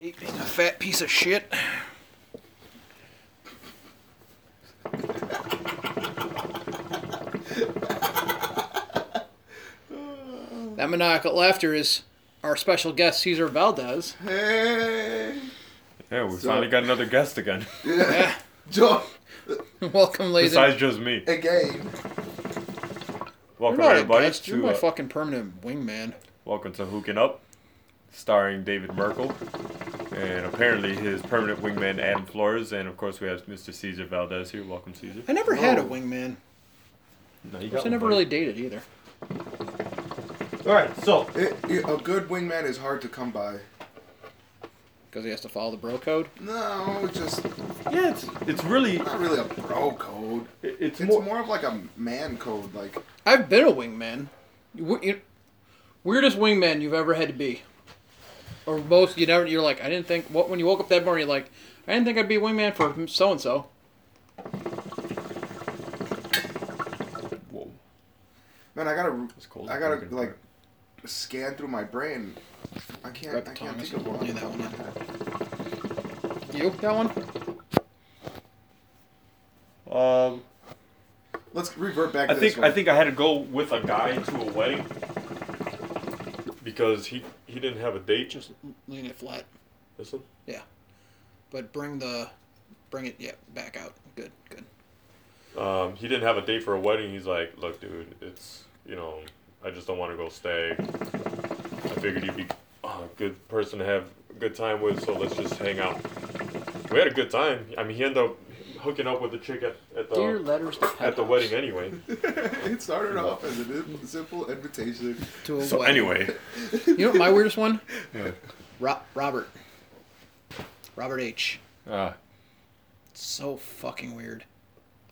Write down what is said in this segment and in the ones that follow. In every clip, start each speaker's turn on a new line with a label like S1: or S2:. S1: Hate being a fat piece of shit. that maniacal laughter is our special guest Cesar Valdez.
S2: Hey,
S3: Yeah, we
S2: So-
S3: finally got another guest again.
S1: Yeah.
S2: Joe,
S1: Welcome, ladies.
S3: Besides just me.
S2: again.
S1: You're
S3: Welcome
S1: not a
S3: everybody
S1: guest. You're
S3: to
S1: my
S3: uh,
S1: fucking permanent wingman.
S3: Welcome to Hooking Up, starring David Merkel, and apparently his permanent wingman Adam Flores, and of course we have Mr. Cesar Valdez here. Welcome Cesar.
S1: I never had a
S2: Oh.
S1: wingman.
S3: No, you
S1: I never really dated either.
S3: All right, so
S2: It, it- a good wingman is hard to come by.
S1: Because he has to follow the bro code.
S2: No, it's just
S3: yeah, it's it's really
S2: not really a bro code.
S3: it- it's
S2: It's
S3: more.
S2: more of like a man code. Like
S1: I've been a wingman. You- you- Weirdest wingman you've ever had to be, or most you never. You're like, I didn't think. What when you woke up that morning, you're like, I didn't think I'd be a wingman for so and so.
S3: Whoa,
S2: man, I gotta,
S3: it's cold.
S2: I gotta like scan through my brain. I
S1: Grab
S2: can't,
S1: the
S2: I can't
S1: Thomas.
S2: think of one.
S1: Yeah, that one. You that one?
S3: Um,
S2: Let's revert back.
S3: I
S2: to
S3: think
S2: this one.
S3: I think I had to go with a guy to a wedding because he he didn't have a date.
S1: Just lean it flat,
S3: This one.
S1: but bring the, bring it yeah back out. Good, good.
S3: um, he didn't have a date for a wedding. He's like, look, dude, it's you know, I just don't want to go stay. I figured you'd be uh, a good person to have a good time with, so let's just hang out. We had a good time. I mean, he ended up hooking up with the chick at, at
S1: Dear
S3: the
S1: letters to
S3: at the
S1: Penthouse.
S3: wedding anyway.
S2: it started off as a dim- simple invitation.
S1: To a
S3: So
S1: wedding.
S3: anyway,
S1: you know what my weirdest one?
S3: Yeah.
S1: Ro- Robert. Robert H.
S3: uh,
S1: So fucking weird.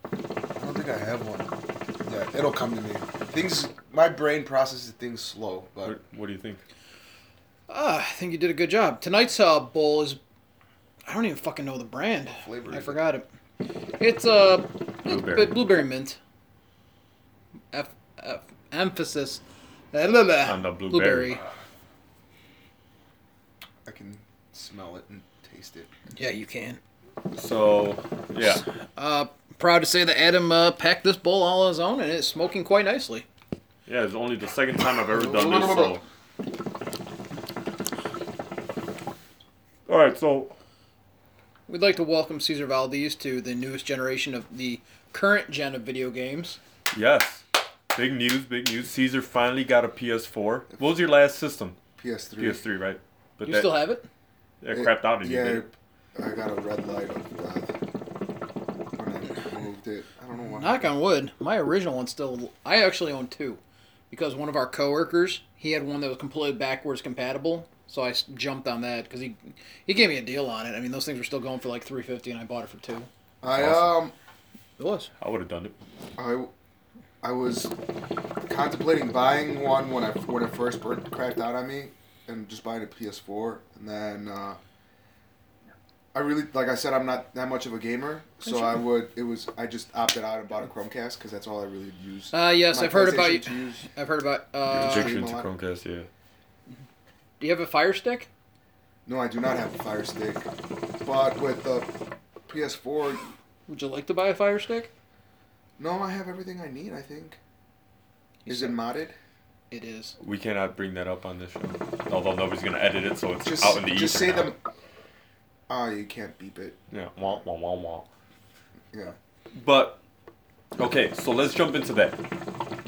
S2: I don't think I have one. Yeah, it'll come to me. Things, my brain processes things slow,
S3: what, what do you think?
S1: Ah, I think you did a good job. Tonight's uh, bowl is. I don't even fucking know the brand.
S2: flavor
S1: I
S2: is it?
S1: forgot it. It's uh,
S3: Blueberry.
S1: blueberry, blueberry mint. F, F emphasis. Blah, blah, blah.
S3: On the blueberry.
S2: I can smell it and taste it.
S1: Yeah, you can.
S3: So yeah,
S1: Uh, proud to say that Adam uh, packed this bowl all on his own, and it's smoking quite nicely.
S3: yeah, it's only the second time I've ever done this. So all right, so
S1: We'd like to welcome Cesar Valdez to the newest generation of the current gen of video games.
S3: Yes. Big news, big news. Caesar finally got a PS4. What was your last system?
S2: PS3.
S3: PS3, right? But
S1: You
S3: that,
S1: still have it?
S3: that
S2: It-
S3: crapped out in
S2: yeah,
S3: you. didn't it?
S2: I got a red light on that when I moved it. I don't know why.
S1: Knock on wood, my original one's still. I actually own two, because one of our coworkers he had one that was completely backwards compatible. So I s- jumped on that because he he gave me a deal on it. I mean, those things were still going for like three fifty, and I bought it for two.
S2: I
S3: Awesome.
S2: um
S1: It was.
S3: I would have done it.
S2: I um, I was contemplating buying one when I when it first burnt, cracked out on me, and just buying a PS4, and then uh, I really like I said I'm not that much of a gamer, so I would it was I just opted out and bought a Chromecast because that's all I really use.
S1: Uh, yes,
S2: My
S1: I've heard about.
S2: PlayStation to use-
S1: I've heard about. Uh,
S2: Addiction.
S3: Addiction to
S2: stream a lot.
S3: Chromecast, yeah.
S1: do you have a Fire Stick?
S2: No, I do not have a Fire Stick, but with the PS4,
S1: Would you like to buy a Fire Stick?
S2: no, I have everything I need. I think.
S1: You
S2: Is it modded?
S1: It is.
S3: We cannot bring that up on this show. Although nobody's going to edit it, so it's
S2: Just
S3: out in the
S2: just
S3: ether
S2: say
S3: now.
S2: them. Ah, you can't beep it.
S3: Yeah, wah, wah, wah, wah.
S2: Yeah.
S3: But, okay, so let's jump into that.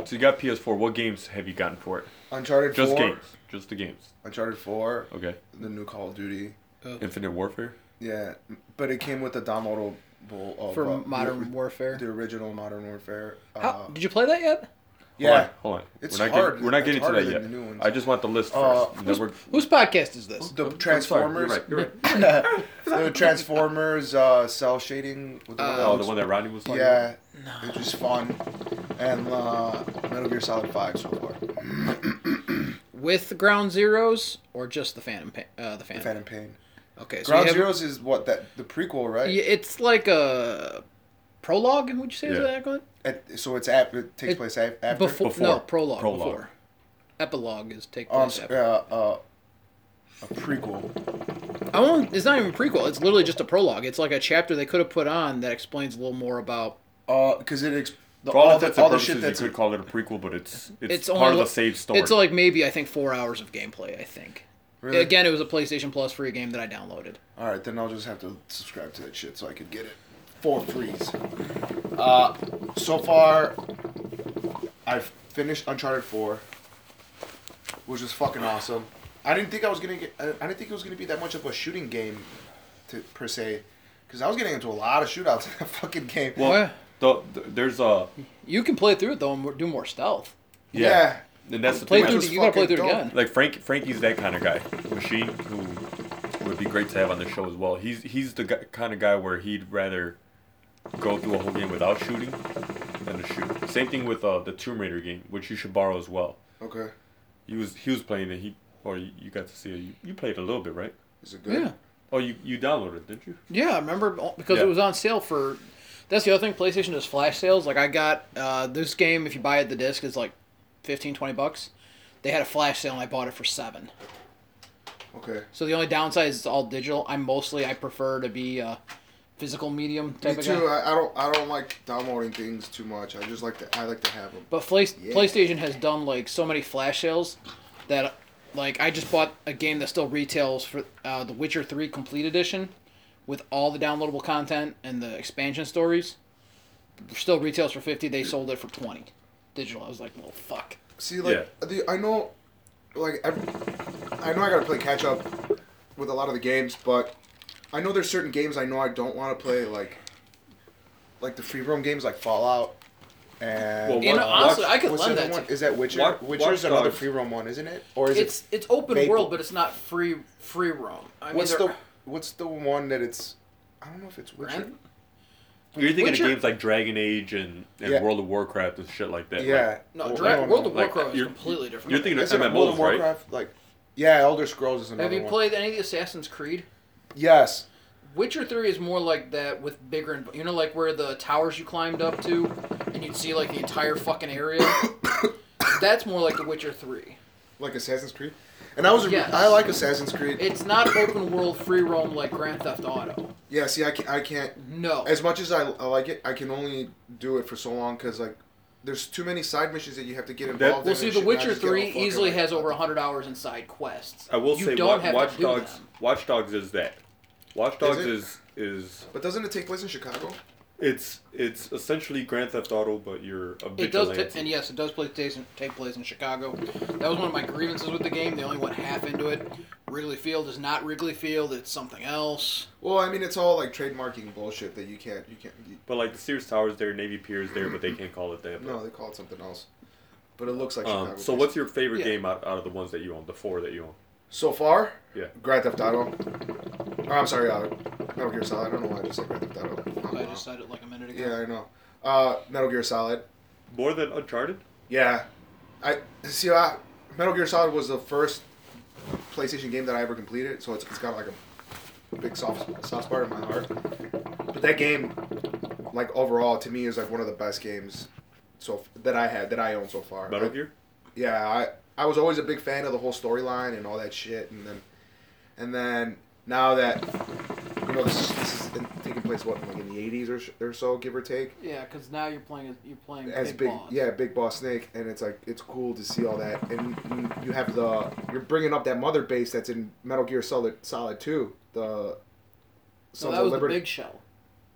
S3: So you got PS4. What games have you gotten for it?
S2: Uncharted
S3: Just
S2: 4.
S3: games. Just the games.
S2: Uncharted 4,
S3: Okay.
S2: the new Call of Duty.
S3: Infinite Warfare?
S2: Yeah, but it came with the downloadable of,
S1: For
S2: uh,
S1: Modern
S2: the,
S1: Warfare.
S2: the original Modern Warfare. Uh,
S1: How, did you play that yet?
S2: yeah,
S3: Hold on. Hold on.
S2: It's
S3: we're not
S2: hard.
S3: Getting, we're not
S2: It's
S3: getting to
S2: harder
S3: that
S2: than
S3: yet.
S2: the new ones.
S3: I just want the list
S2: Uh,
S3: first. and then we're-
S1: Whose podcast is this?
S2: the
S3: I'm sorry,
S2: Transformers.
S3: You're right. You're right.
S2: the Transformers uh, cell shading with the, one that
S3: Oh, the
S2: looks-
S3: one that Rodney was talking about?
S2: Yeah, which is fun, and uh, Metal Gear Solid 5 so far.
S1: With Ground Zeroes or just the Phantom? Pa- Uh, the
S2: The
S1: Phantom.
S2: Phantom Pain.
S1: Okay. So
S2: Ground
S1: you have-
S2: Zeroes is what that the prequel, right?
S1: Yeah, it's like a prologue. Would you say is
S3: Yeah.
S1: that accurate?
S2: At- so it's ap- it takes
S1: It-
S2: place af- after.
S1: Before,
S3: Before.
S1: no prologue,
S3: Prologue.
S1: Before epilogue is take
S2: Um,
S1: place.
S2: s-
S1: after.
S2: uh, uh, a prequel.
S1: I won't. It's not even a prequel. It's literally just a prologue. It's like a chapter they could have put on that explains a little more about.
S2: Uh,
S4: Because it ex- the,
S3: For all,
S4: all,
S3: intents
S4: the,
S3: and
S4: all the
S3: purposes,
S4: shit that's
S3: you could call it a prequel, but it's it's,
S1: It's
S3: part
S1: only-
S3: of the same story.
S1: It's like maybe I think four hours of gameplay. I think.
S2: Really?
S1: Again, it was a PlayStation Plus free game that I downloaded.
S2: All right, then I'll just have to subscribe to that shit so I could get it for freeze. Uh, so far, I've finished Uncharted Four, which was fucking awesome. I didn't think I was gonna get. I I didn't think it was gonna be that much of a shooting game, to, per se, because I was getting into a lot of shootouts in that fucking game.
S3: well,
S1: yeah.
S3: the, the- there's a
S1: You can play through it though and more- do more stealth.
S3: yeah,
S2: Yeah.
S3: and that's the
S1: Play
S3: thing.
S1: through.
S2: was
S1: You gotta play
S2: fucking
S1: through it
S2: dope.
S1: again.
S3: like Frank Frankie's that kind of guy, machine who would be great to have on the show as well. He's he's the gu kind of guy where he'd rather go through a whole game without shooting than to shoot. Same thing with uh, the Tomb Raider game, which you should borrow as well.
S2: okay.
S3: He was he was playing it. He or you, you got to see it. You, you played a little bit, right?
S2: Is it good?
S1: Yeah.
S3: Oh, you you downloaded, it, didn't you?
S1: Yeah, I remember all- because
S3: Yeah.
S1: it was on sale for. That's the other thing. PlayStation does flash sales. Like I got uh, this game. If you buy it, the disc is like 15, 20 bucks. They had a flash sale and I bought it for seven.
S2: Okay.
S1: So the only downside is it's all digital. I mostly I prefer to be a physical medium type
S2: Me
S1: of
S2: too.
S1: guy.
S2: I, I don't. I don't like downloading things too much. I just like to. I like to have them.
S1: But Fla-
S2: Yeah.
S1: PlayStation has done like so many flash sales that like I just bought a game that still retails for uh, The Witcher Three Complete Edition with all the downloadable content and the expansion stories. Still retails for fifty. They sold it for twenty digital. I was like, well, fuck.
S2: See, like the I know, like every, I know I gotta play catch up with a lot of the games, but I know there's certain games I know I don't want to play, like like the free roam games, like Fallout. And
S3: Well,
S1: You know,
S3: Watch-
S1: honestly,
S3: watch-
S1: I could
S2: What's
S1: love
S2: the
S1: that.
S2: other
S1: too.
S2: one? Is that Witcher?
S3: Watch-
S2: Witcher's
S3: Watch
S2: another
S3: Dogs.
S2: free roam one, isn't it? Or is
S5: It's it's open
S2: Maple.
S5: world, but it's not free free roam. I
S2: it?
S5: mean,
S2: What's
S5: there-
S2: the What's the one that it's? I don't know if it's Witcher.
S5: Grand-
S3: You're thinking
S5: Witcher-
S3: of games like Dragon Age and, and
S2: Yeah.
S3: World of Warcraft and shit like that. like-
S2: yeah.
S5: no,
S2: Well,
S5: Dra-
S2: I don't
S5: World
S2: know.
S5: of
S3: like,
S5: Warcraft is
S3: you're-
S5: completely different.
S3: you're thinking of
S2: Is it World of
S3: MMOs, right?
S2: Warcraft? Like, yeah, Elder Scrolls is another
S5: Have you
S2: one.
S5: played any of the Assassin's Creed?
S2: Yes.
S5: Witcher Three is more like that with bigger, and you know, like where the towers you climbed up to, and you'd see like the entire fucking area. That's more like the Witcher Three.
S2: Like Assassin's Creed. And I was.
S5: Yes.
S2: I like Assassin's Creed.
S5: It's not open world free roam like Grand Theft Auto.
S2: Yeah, see, I can't, I can't.
S5: No,
S2: As much as I, I like it, I can only do it for so long because like, there's too many side missions that you have to get involved.
S3: That-
S2: in
S5: well,
S2: and
S5: see,
S2: shit,
S5: The
S2: and I
S5: Witcher
S2: just get all
S5: Three
S2: fucking,
S5: easily
S2: like-
S5: has over hundred hours in side quests.
S3: I will
S5: you
S3: say
S5: don't
S3: Wa-
S5: have
S3: Watch
S5: to do
S3: Dogs.
S5: them.
S3: Watch Dogs is that. Watch Dogs
S2: it?
S3: is is
S2: But doesn't it take place in Chicago?
S3: it's it's essentially Grand Theft Auto, but you're a
S1: It does,
S3: vigilante.
S1: and yes, it does play, take take place in Chicago. That was one of my grievances with the game. They only went half into it. Wrigley Field is not Wrigley Field. It's something else.
S2: Well, I mean, it's all like trademarking bullshit that you can't, you can't. You,
S3: but like the Sears Towers there, Navy Pier's there, but they can't call it that.
S2: no, they call it something else. But it looks like
S3: Um,
S2: Chicago.
S3: so what's your favorite
S1: Yeah.
S3: game out, out of the ones that you own? The four that you own.
S2: so far?
S3: Yeah.
S2: Grand Theft Auto. Oh, I'm sorry, uh, Metal Gear Solid. I don't know why I just said Grand Theft Auto.
S1: I just said it like a minute ago.
S2: yeah, I know. Uh, Metal Gear Solid.
S3: More than Uncharted.
S2: Yeah, I see. I, Metal Gear Solid was the first PlayStation game that I ever completed, so it's, it's got like a big soft soft spot in my heart. But that game, like overall, to me is like one of the best games so that I had that I own so far.
S3: Metal
S2: I-
S3: Gear.
S2: yeah, I I was always a big fan of the whole storyline and all that shit, and then and then now that you know this, is- this is taking place what like in the eighties or, sh- or so, give or take
S1: Yeah, because now you're playing. as- You're playing
S2: as big, yeah, big boss snake, and it's like it's cool to see all that, and you- you have the you're bringing up that mother base that's in Metal Gear Solid Solid Two, the
S1: So
S2: Sons
S1: that
S2: of
S1: was the
S2: Liberty.
S1: big shell.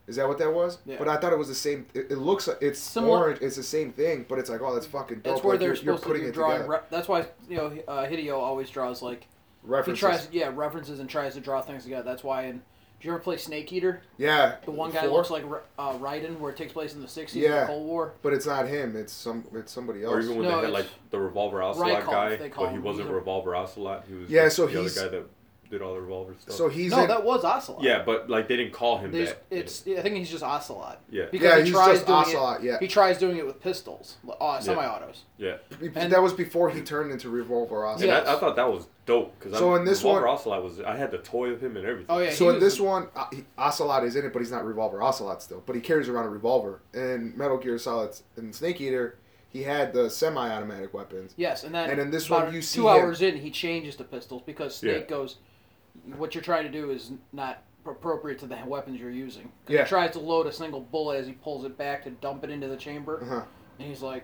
S2: Is that what that was?
S1: Yeah.
S2: But I thought it was the same. It, it looks like it's
S1: Similar-
S2: orange. It's the same thing, but it's like oh, that's fucking dope.
S1: That's where
S2: like,
S1: they're
S2: you're, you're
S1: supposed
S2: putting
S1: to be
S2: it
S1: drawing.
S2: together.
S1: Re- that's why you know uh, Hideo always draws like he
S2: references.
S1: tries yeah references and tries to draw things together. That's why. And do you ever play Snake Eater?
S2: yeah,
S1: The one guy that
S2: Four?
S1: looks like Ra- uh, Raiden, where it takes place in the sixties,
S2: Yeah.
S1: the Cold War.
S2: But it's not him. It's some. It's somebody
S3: Or
S2: else.
S3: even when
S1: No,
S3: they had
S1: it's-
S3: like the Revolver Ocelot
S1: Rykov,
S3: guy,
S1: they call
S3: but he
S1: him.
S3: wasn't
S1: He's a-
S3: Revolver Ocelot. He was
S2: Yeah,
S3: the,
S2: so
S3: the other
S2: he's-
S3: guy that did all the revolver stuff.
S2: so he's
S1: no,
S2: in,
S1: that was Ocelot.
S3: yeah, but like they didn't call him
S1: There's,
S3: that.
S1: it's I think he's just Ocelot.
S3: Yeah.
S1: Because
S2: Yeah,
S1: he
S2: he's
S1: tries
S2: just
S1: doing
S2: Ocelot,
S1: It,
S2: yeah.
S1: He tries doing it with pistols, uh, semi-autos.
S3: yeah.
S1: and-
S2: that was before he turned into Revolver Ocelot.
S3: And
S1: Yeah.
S3: I, I thought that was dope because
S2: So in this
S3: Revolver
S2: one-
S3: Ocelot was I had the toy of him and everything.
S1: Oh yeah.
S2: So
S1: he
S2: in
S1: was
S2: this one, O- he- Ocelot is in it, but he's not Revolver Ocelot still. But he carries around a revolver. And Metal Gear Solid and Snake Eater, he had the semi-automatic weapons.
S1: Yes, and then
S2: And in this
S1: about
S2: one, you see
S1: two
S2: him-
S1: hours in, he changes to pistols because Snake
S3: Yeah.
S1: goes, what you're trying to do is not appropriate to the weapons you're using. 'Cause
S2: Yeah.
S1: He tries to load a single bullet as he pulls it back to dump it into the chamber,
S2: Uh-huh.
S1: and he's like,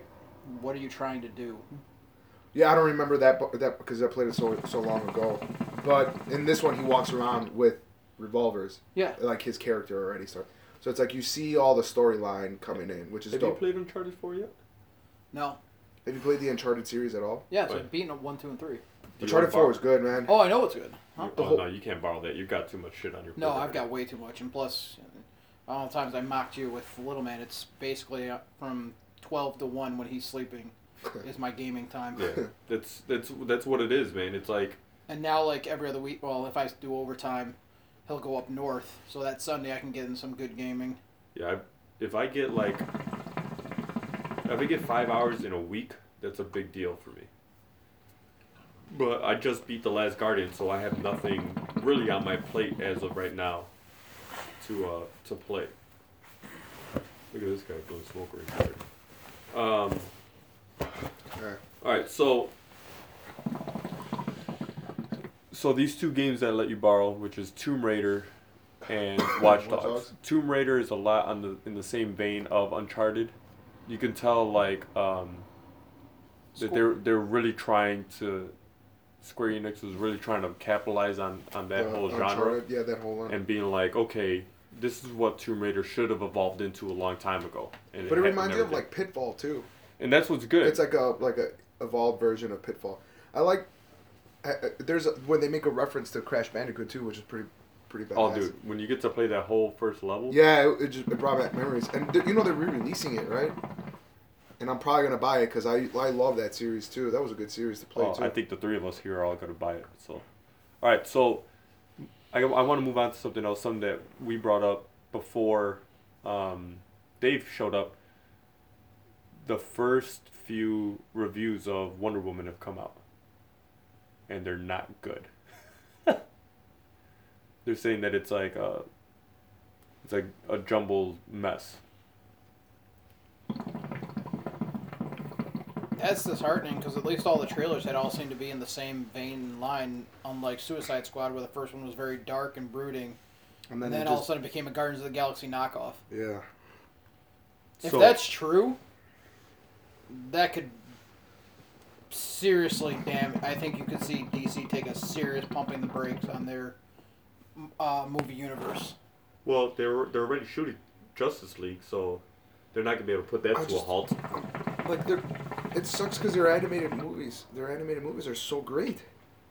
S1: "What are you trying to do?"
S2: Yeah, I don't remember that bu- that because I played it so so long ago. But in this one, he walks around with revolvers,
S1: Yeah.
S2: like his character already. So, so it's like you see all the storyline coming in, which is
S3: Have you
S2: dope.
S3: played Uncharted 4 yet?
S1: No.
S2: Have you played the Uncharted series at all?
S1: Yeah. So
S3: Wait.
S1: beating up one, two, and three.
S2: Uncharted Four was good, man.
S1: Oh, I know it's good. Huh?
S3: Oh,
S2: whole-
S3: no, you can't borrow that. You've got too much shit on your
S1: No,
S3: plate
S1: I've got
S3: already.
S1: way too much, and plus, uh, all the times I mocked you with Little Man, it's basically uh, from twelve to one when he's sleeping is my gaming time.
S3: Yeah, that's that's that's what it is, man. It's like
S1: And now, like every other week, well, if I do overtime, he'll go up north, so that Sunday I can get in some good gaming.
S3: Yeah, I, if I get like, if I get five hours in a week, that's a big deal for me. But I just beat the last Guardian, so I have nothing really on my plate as of right now to uh, to play. Look at this guy blowing smoke right there. Um,
S2: Yeah.
S3: all right, so so these two games that I let you borrow, which is Tomb Raider and Watch
S2: Watch
S3: Dogs.
S2: Dogs.
S3: Tomb Raider is a lot on the in the same vein of Uncharted. You can tell like um, that they're they're really trying to Square Enix was really trying to capitalize on on that
S2: The
S3: whole genre
S2: Uh, Uncharted, yeah, that whole.
S3: and being like, okay, this is what Tomb Raider should have evolved into a long time ago. And
S2: but it
S3: ha- and
S2: reminds me of
S3: everything.
S2: like Pitfall too.
S3: and that's what's good.
S2: It's like a like a evolved version of Pitfall. I like. I, I- there's a, when they make a reference to Crash Bandicoot too, which is pretty pretty badass.
S3: Oh, dude, when you get to play that whole first level,
S2: Yeah, it, it just it brought back memories, and th- you know they're re-releasing it, right? And I'm probably gonna buy it because I I love that series too. That was a good series to play
S3: oh,
S2: too.
S3: I think the three of us here are all going to buy it. So, all right, so I, I want to move on to something else, something that we brought up before um, Dave showed up. The first few reviews of Wonder Woman have come out, and they're not good. they're saying that it's like a, it's like a jumbled mess.
S1: That's disheartening because at least all the trailers had all seemed to be in the same vein and line, unlike Suicide Squad, where the first one was very dark and brooding, and
S2: and then,
S1: then
S2: it
S1: all of a
S2: just,
S1: sudden it became a Guardians of the Galaxy knockoff.
S2: yeah,
S1: If
S3: So-
S1: that's true, that could seriously damn. I think you could see DC take a serious pumping the brakes on their m- uh, movie universe.
S3: Well, they're they're already shooting Justice League, so they're not gonna be able to put that
S2: I
S3: to a
S2: just-
S3: halt.
S2: like they're it sucks because their animated movies, their animated movies are so great.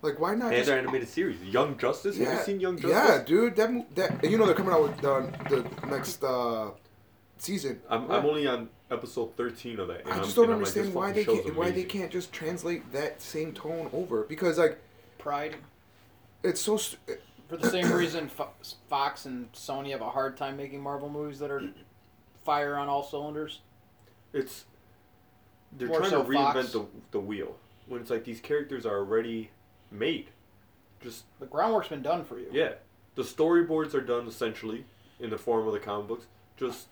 S2: Like why not?
S3: And
S2: Just,
S3: their animated series, Young Justice. Have
S2: Yeah,
S3: you seen Young Justice?
S2: yeah, dude. That mo- that and you know they're coming out with uh, the next uh, season.
S3: I'm, I'm only on episode 13 of that. And
S2: I
S3: I'm-
S2: just don't
S3: and I'm like,
S2: understand
S3: this
S2: why
S3: fucking
S2: they
S3: show's
S2: can't why they
S3: amazing.
S2: can't just translate that same tone over because like
S1: Pride,
S2: it's so st-
S1: for the same reason, Fo- Fox and Sony have a hard time making Marvel movies that are fire on all cylinders.
S3: It's they're
S1: More
S3: trying
S1: so
S3: to reinvent
S1: Fox.
S3: the, the wheel when it's like these characters are already made. Just
S1: The groundwork's been done for you.
S3: yeah, the storyboards are done essentially in the form of the comic books. Just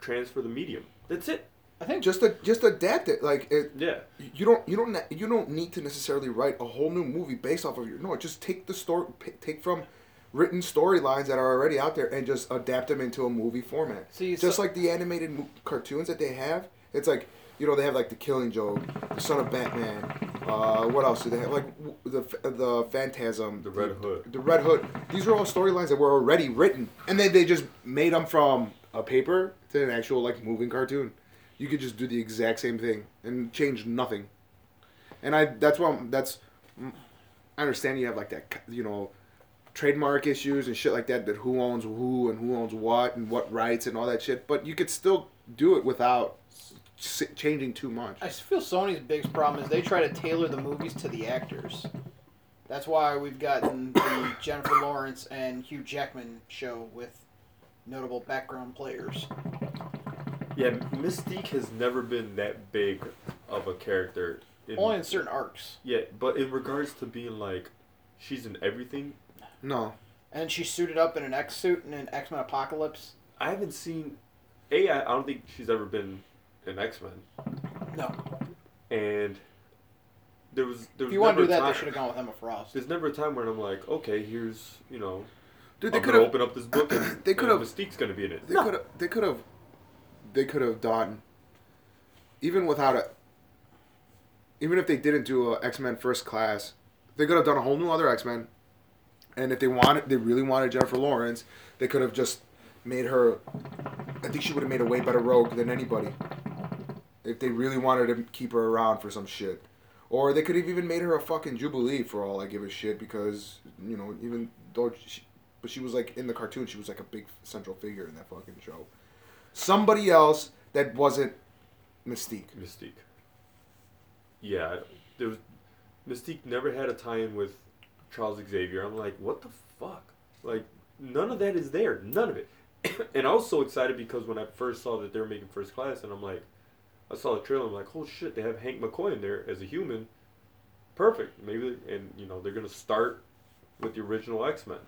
S3: transfer the medium. That's it.
S1: I think
S2: just a, just adapt it like it,
S3: Yeah.
S2: you don't you don't ne- you don't need to necessarily write a whole new movie based off of your no just take the story p- take from written storylines that are already out there and just adapt them into a movie format
S1: See,
S2: just
S1: so-
S2: like the animated mo- cartoons that they have it's like you know they have like the killing joke the son of batman uh, what else do they have like w- the F- the phantasm
S3: The Red Hood.
S2: the red hood these are all storylines that were already written and then they just made them from a paper to an actual like moving cartoon you could just do the exact same thing and change nothing and I that's why I'm, that's I understand you have like that you know trademark issues and shit like that that who owns who and who owns what and what rights and all that shit but you could still do it without s- changing too much
S1: I feel Sony's biggest problem is they try to tailor the movies to the actors. That's why we've gotten the Jennifer Lawrence and Hugh Jackman show with notable background players.
S3: Yeah, Mystique has never been that big of a character. In,
S1: Only in certain arcs.
S3: Yeah, but in regards to being like, she's in everything.
S2: no
S1: And she suited up in an X suit in an X Men Apocalypse.
S3: I haven't seen. A, I I don't think she's ever been an X Men,
S1: No.
S3: and there was there
S1: If
S3: was
S1: you want to
S3: never
S1: do that,
S3: a time,
S1: they should have gone with Emma Frost.
S3: There's never a time when I'm like, okay, here's you know,
S2: Dude, they
S3: I'm
S2: could
S3: gonna
S2: have.
S3: open up this book and
S2: they
S3: and
S2: could've-
S3: Mystique's gonna be in it.
S2: They could have. They could have. They could have done. Even without a. Even if they didn't do a X Men First Class, they could have done a whole new other X Men. And if they wanted, they really wanted Jennifer Lawrence, they could have just made her. I think she would have made a way better Rogue than anybody. If they really wanted to keep her around for some shit. Or they could have even made her a fucking Jubilee for all I give a shit because, you know, even though she, but she was like in the cartoon, she was like a big central figure in that fucking show. Somebody else that wasn't Mystique.
S3: Mystique. Yeah, there was Mystique never had a tie-in with Charles Xavier. I'm like, what the fuck? Like, none of that is there. None of it. and I was so excited because when I first saw that they were making First Class, and I'm like, I saw the trailer. I'm like, oh shit, they have Hank McCoy in there as a human. Perfect. Maybe, and you know, they're gonna start with the original X-Men.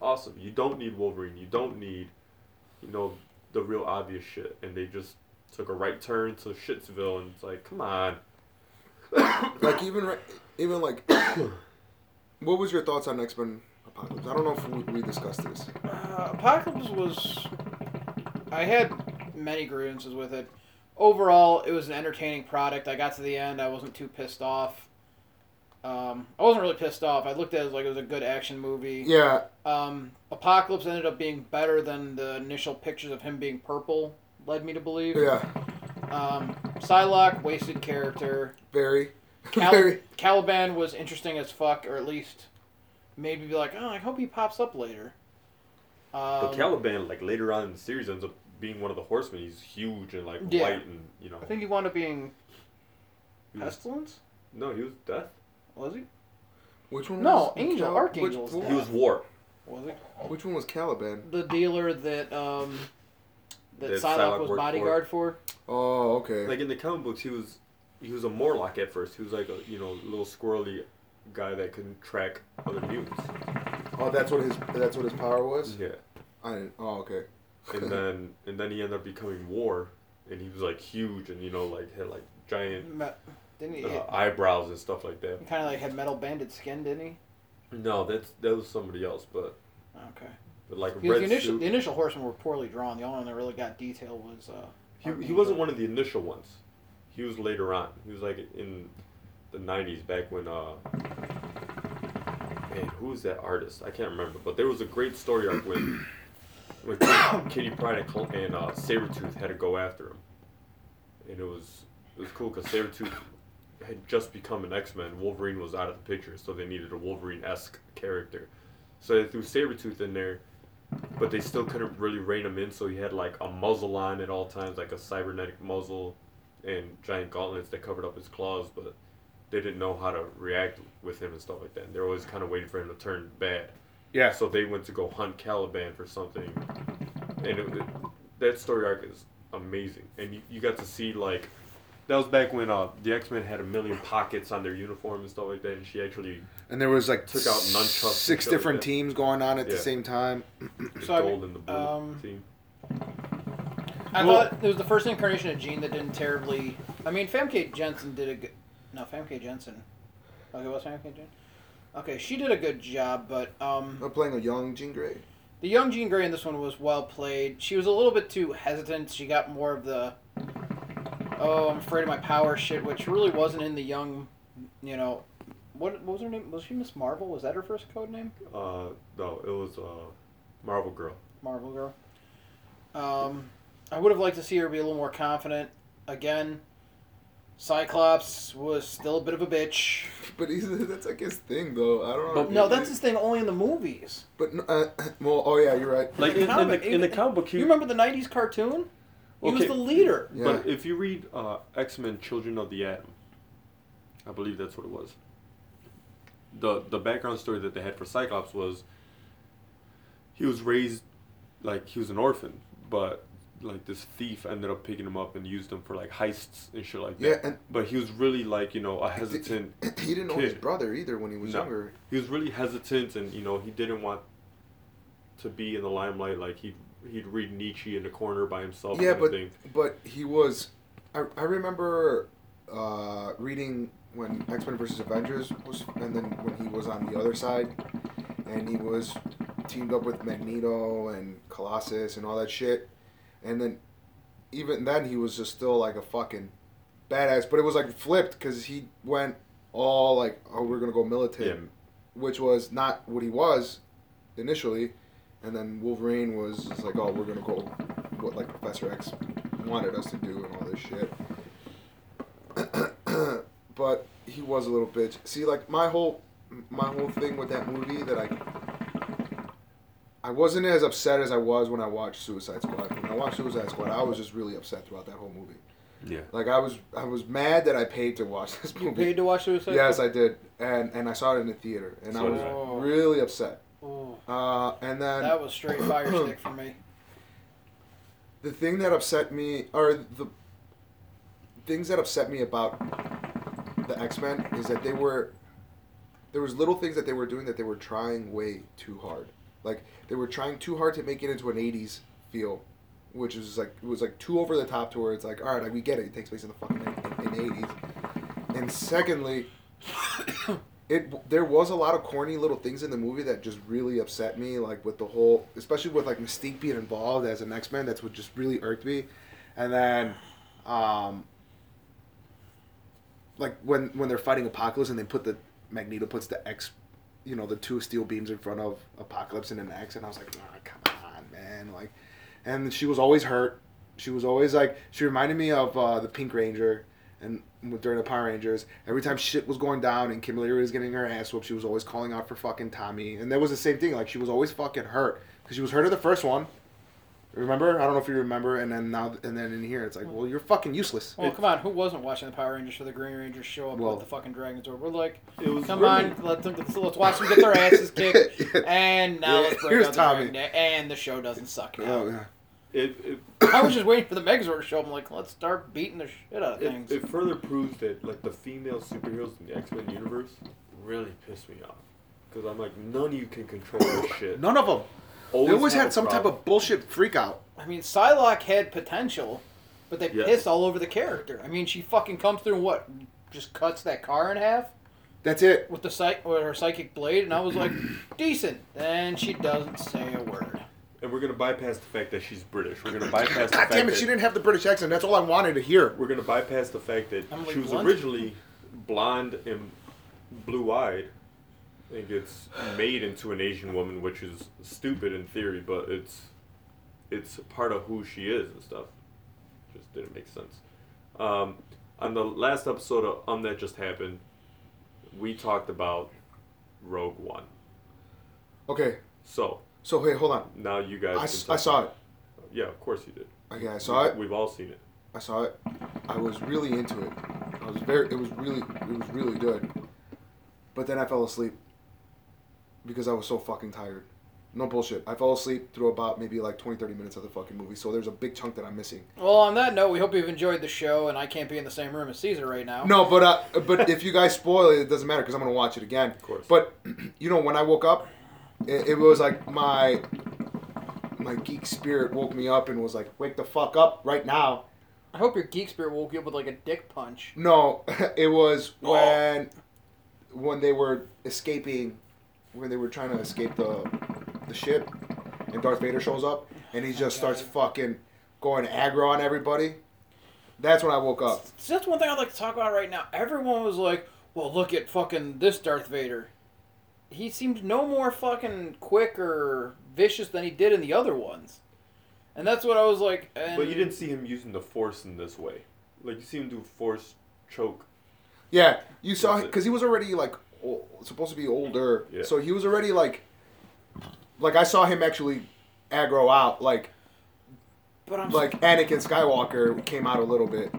S3: Awesome. You don't need Wolverine. You don't need, you know, the real obvious shit. And they just took a right turn to Shitsville, and it's like, come on.
S2: Like even ri- even like, what was your thoughts on X Men Apocalypse? I don't know if we, we discussed this.
S1: Uh, Apocalypse was. I had many grievances with it. Overall, it was an entertaining product. I got to the end, I wasn't too pissed off. Um, I wasn't really pissed off. I looked at it as like it was a good action movie.
S2: Yeah,
S1: Um, Apocalypse ended up being better than the initial pictures of him being purple led me to believe.
S2: yeah,
S1: Um, Psylocke, wasted character.
S2: very,
S1: Cal-
S2: very.
S1: Caliban was interesting as fuck, or at least made me be like, oh, I hope he pops up later. Um,
S3: But Caliban, like later on in the series, ends up being one of the horsemen. He's huge and like
S1: Yeah.
S3: white, and you know,
S1: I think he wound up being
S3: he was,
S1: Pestilence.
S3: no, he was death.
S1: Was he?
S2: Which one?
S1: No,
S2: was
S1: Angel,
S2: Cal-
S1: Archangel's
S2: Which,
S3: He was war.
S1: Was he?
S2: which one was Caliban?
S1: The dealer that um, that
S3: That Psylocke
S1: Psylocke was
S3: worked
S1: bodyguard for.
S2: Oh, okay.
S3: Like in the comic books, he was he was a Morlock at first. He was like a you know little squirrely guy that couldn't track other mutants.
S2: oh, that's what his that's what his power was.
S3: Yeah,
S2: I didn't, oh, okay.
S3: and then and then he ended up becoming war, and he was like huge and you know like had like giant
S1: Me- didn't he?
S3: uh, eyebrows and stuff like that.
S1: kind of like had metal banded skin, didn't he?
S3: No, that's that was somebody else, but
S1: Okay.
S3: but like
S1: Because
S3: red
S1: the initial
S3: suit.
S1: the initial horsemen were poorly drawn. The only one that really got detail was uh,
S3: He, he
S1: Archangel.
S3: wasn't one of the initial ones. He was later on. He was like in the '90s, back when uh, man, who was that artist? I can't remember. But there was a great story arc when when Kitty Pryde and, Col- and uh, Sabretooth had to go after him, and it was it was cool because Sabretooth had just become an X-Men. Wolverine was out of the picture, so they needed a Wolverine-esque character. So they threw Sabretooth in there, but they still couldn't really rein him in, so he had like a muzzle on at all times, like a cybernetic muzzle and giant gauntlets that covered up his claws, but they didn't know how to react with him and stuff like that. And they're always kind of waiting for him to turn bad.
S2: Yeah.
S3: So they went to go hunt Caliban for something. And it, it, that story arc is amazing. And you, you got to see, like, that was back when uh, the X Men had a million pockets on their uniform and stuff like that, and she actually
S2: And there was like
S3: Took out nunchucks and
S2: six
S3: shit like
S2: different
S3: that.
S2: teams going on at the
S3: Yeah.
S2: same time.
S1: So, I mean,
S3: gold in the blue
S1: um,
S3: team.
S1: I
S6: Well-
S1: thought it was the first incarnation of Jean that didn't terribly. I mean, Famke Jensen did a good. No, Famke Jensen. Okay, what's Famke Jensen? Okay, she did a good job, but um,
S2: I'm playing a young Jean Grey.
S1: the young Jean Grey in this one was well played. She was a little bit too hesitant. She got more of the, oh, I'm afraid of my power shit, which really wasn't in the young, you know, what, what was her name? Was she Miss Marvel? Was that her first code name?
S3: Uh, no, it was uh, Marvel Girl.
S1: Marvel Girl. Um, I would have liked to see her be a little more confident. Again, Cyclops was still a bit of a bitch.
S2: But he's, that's like his thing, though. I don't know.
S3: But-
S1: No, that's his thing only in the movies.
S2: But uh, well, oh yeah, you're right.
S3: Like
S1: the
S3: in, in
S1: comic,
S3: the in the
S1: even-
S3: comic book, he,
S1: You remember the 90s cartoon? He was
S3: Okay.
S1: the leader.
S2: Yeah.
S3: But if you read uh, X Men: Children of the Atom, I believe that's what it was. the The background story that they had for Cyclops was he was raised like he was an orphan, but like this thief ended up picking him up and used him for like heists and shit like that.
S2: Yeah, and-
S3: but he was really like you know a hesitant.
S2: he didn't know his
S3: kid.
S2: brother either when he was
S3: No.
S2: younger.
S3: He was really hesitant, and you know he didn't want to be in the limelight. Like he. would He'd read Nietzsche in the corner by himself.
S2: yeah,
S3: kind of
S2: but
S3: thing.
S2: but he was. I I remember uh, reading when X Men versus Avengers was, and then when he was on the other side, and he was teamed up with Magneto and Colossus and all that shit, and then even then he was just still like a fucking badass, but it was like flipped because he went all like, oh, we're gonna go militant,
S7: Yeah,
S2: which was not what he was initially, and then Wolverine was just like, oh, we're gonna go what like Professor X wanted us to do and all this shit. but he was a little bitch. See, like my whole my whole thing with that movie that I I wasn't as upset as I was when I watched Suicide Squad. When I watched Suicide Squad, I was just really upset throughout that whole movie.
S7: yeah.
S2: Like I was I was mad that I paid to watch this
S1: You
S2: movie.
S1: paid to watch Suicide
S2: Yes, I did, and and I saw it in the theater, and I
S7: So
S2: was
S7: did
S1: I.
S2: really upset.
S1: Oh,
S2: Uh, and then
S1: that was straight fire stick for me.
S2: the thing that upset me, or the things that upset me about the X Men, is that they were there was little things that they were doing that they were trying way too hard. Like they were trying too hard to make it into an '80s feel, which is like it was like too over the top to where it's like, all right, like, we get it. It takes place in the fucking in, in '80s. And secondly, it there was a lot of corny little things in the movie that just really upset me. Like with the whole, especially with like Mystique being involved as an X Men, that's what just really irked me. And then, um, like when when they're fighting Apocalypse and they put the Magneto puts the X, you know, the two steel beams in front of Apocalypse and an X, and I was like, oh, come on, man, like, and she was always hurt. She was always like, she reminded me of uh, the Pink Ranger, and with- during the Power Rangers, every time shit was going down and Kimberly was getting her ass whooped, she was always calling out for fucking Tommy, and that was the same thing. Like she was always fucking hurt because she was hurt in the first one. Remember? I don't know if you remember. And then now, and then in here, it's like, well, you're fucking useless.
S1: Well, come on, who wasn't watching the Power Rangers for the Green Rangers show up
S2: Well-
S1: with the fucking Dragon's Orb? We're like,
S7: It was
S1: come
S7: really-
S1: on, let them, let's watch them get their asses kicked. And now
S2: Yeah,
S1: let's break
S2: here's
S1: out the
S2: Tommy.
S1: Dragon Day, and the show doesn't suck. Now.
S2: Oh yeah.
S7: It, it
S1: I was just waiting for the Megazord to show up. I'm like, let's start beating the shit out of
S7: it,
S1: things.
S7: it further proves that like the female superheroes in the X Men universe really piss me off because I'm like none of you can control this shit.
S2: None of them.
S7: Always
S2: they always
S7: have
S2: had
S7: a
S2: some type
S7: problem.
S2: of bullshit freak out.
S1: I mean, Psylocke had potential, but they
S7: Yeah.
S1: pissed all over the character. I mean, she fucking comes through and what? Just cuts that car in half
S2: That's it.
S1: with the psych with her psychic blade, and I was like, decent. Then she doesn't say a word.
S7: and we're gonna bypass the fact that she's British. We're gonna bypass. the
S2: God
S7: fact
S2: damn it,
S7: that,
S2: she didn't have the British accent. That's all I wanted to hear.
S7: We're gonna bypass the fact that
S1: Emily
S7: she was
S1: Blunt?
S7: originally blonde and blue-eyed, and gets made into an Asian woman, which is stupid in theory, but it's it's part of who she is and stuff. Just didn't make sense. Um, on the last episode of Um That Just Happened, we talked about Rogue One.
S2: Okay,
S7: So
S2: so hey, hold on.
S7: now you guys.
S2: I,
S7: can
S2: s-
S7: talk
S2: I saw it.
S7: about- Yeah, of course you did.
S2: Okay, I saw it.
S7: We've all seen it.
S2: I saw it. I was really into it. I was very. It was really. It was really good. But then I fell asleep because I was so fucking tired. No bullshit. I fell asleep through about maybe like 20, 30 minutes of the fucking movie. So there's a big chunk that I'm missing.
S1: Well, on that note, we hope you've enjoyed the show, and I can't be in the same room as Caesar right now.
S2: No, but uh, but if you guys spoil it, it doesn't matter because I'm gonna watch it again. Of
S7: course.
S2: But you know, when I woke up, it, it was like my my geek spirit woke me up and was like, "Wake the fuck up right now!"
S1: I hope your geek spirit woke you up with like a dick punch.
S2: No, it was when when they were escaping, when they were trying to escape the the ship, and Darth Vader shows up and he just starts fucking going aggro on everybody. That's when I woke up.
S1: So that's one thing I'd like to talk about right now. Everyone was like, "Well, look at fucking this Darth Vader. He seemed no more fucking quick or vicious than he did in the other ones." And that's what I was like. And
S7: But you didn't see him using the force in this way. Like you see him do force choke.
S2: Yeah, you saw
S7: That's it.
S2: because he was already like o- supposed to be older,
S7: Yeah.
S2: so he was already like, like I saw him actually aggro out, like
S1: But I'm
S2: like Anakin Skywalker came out a little bit.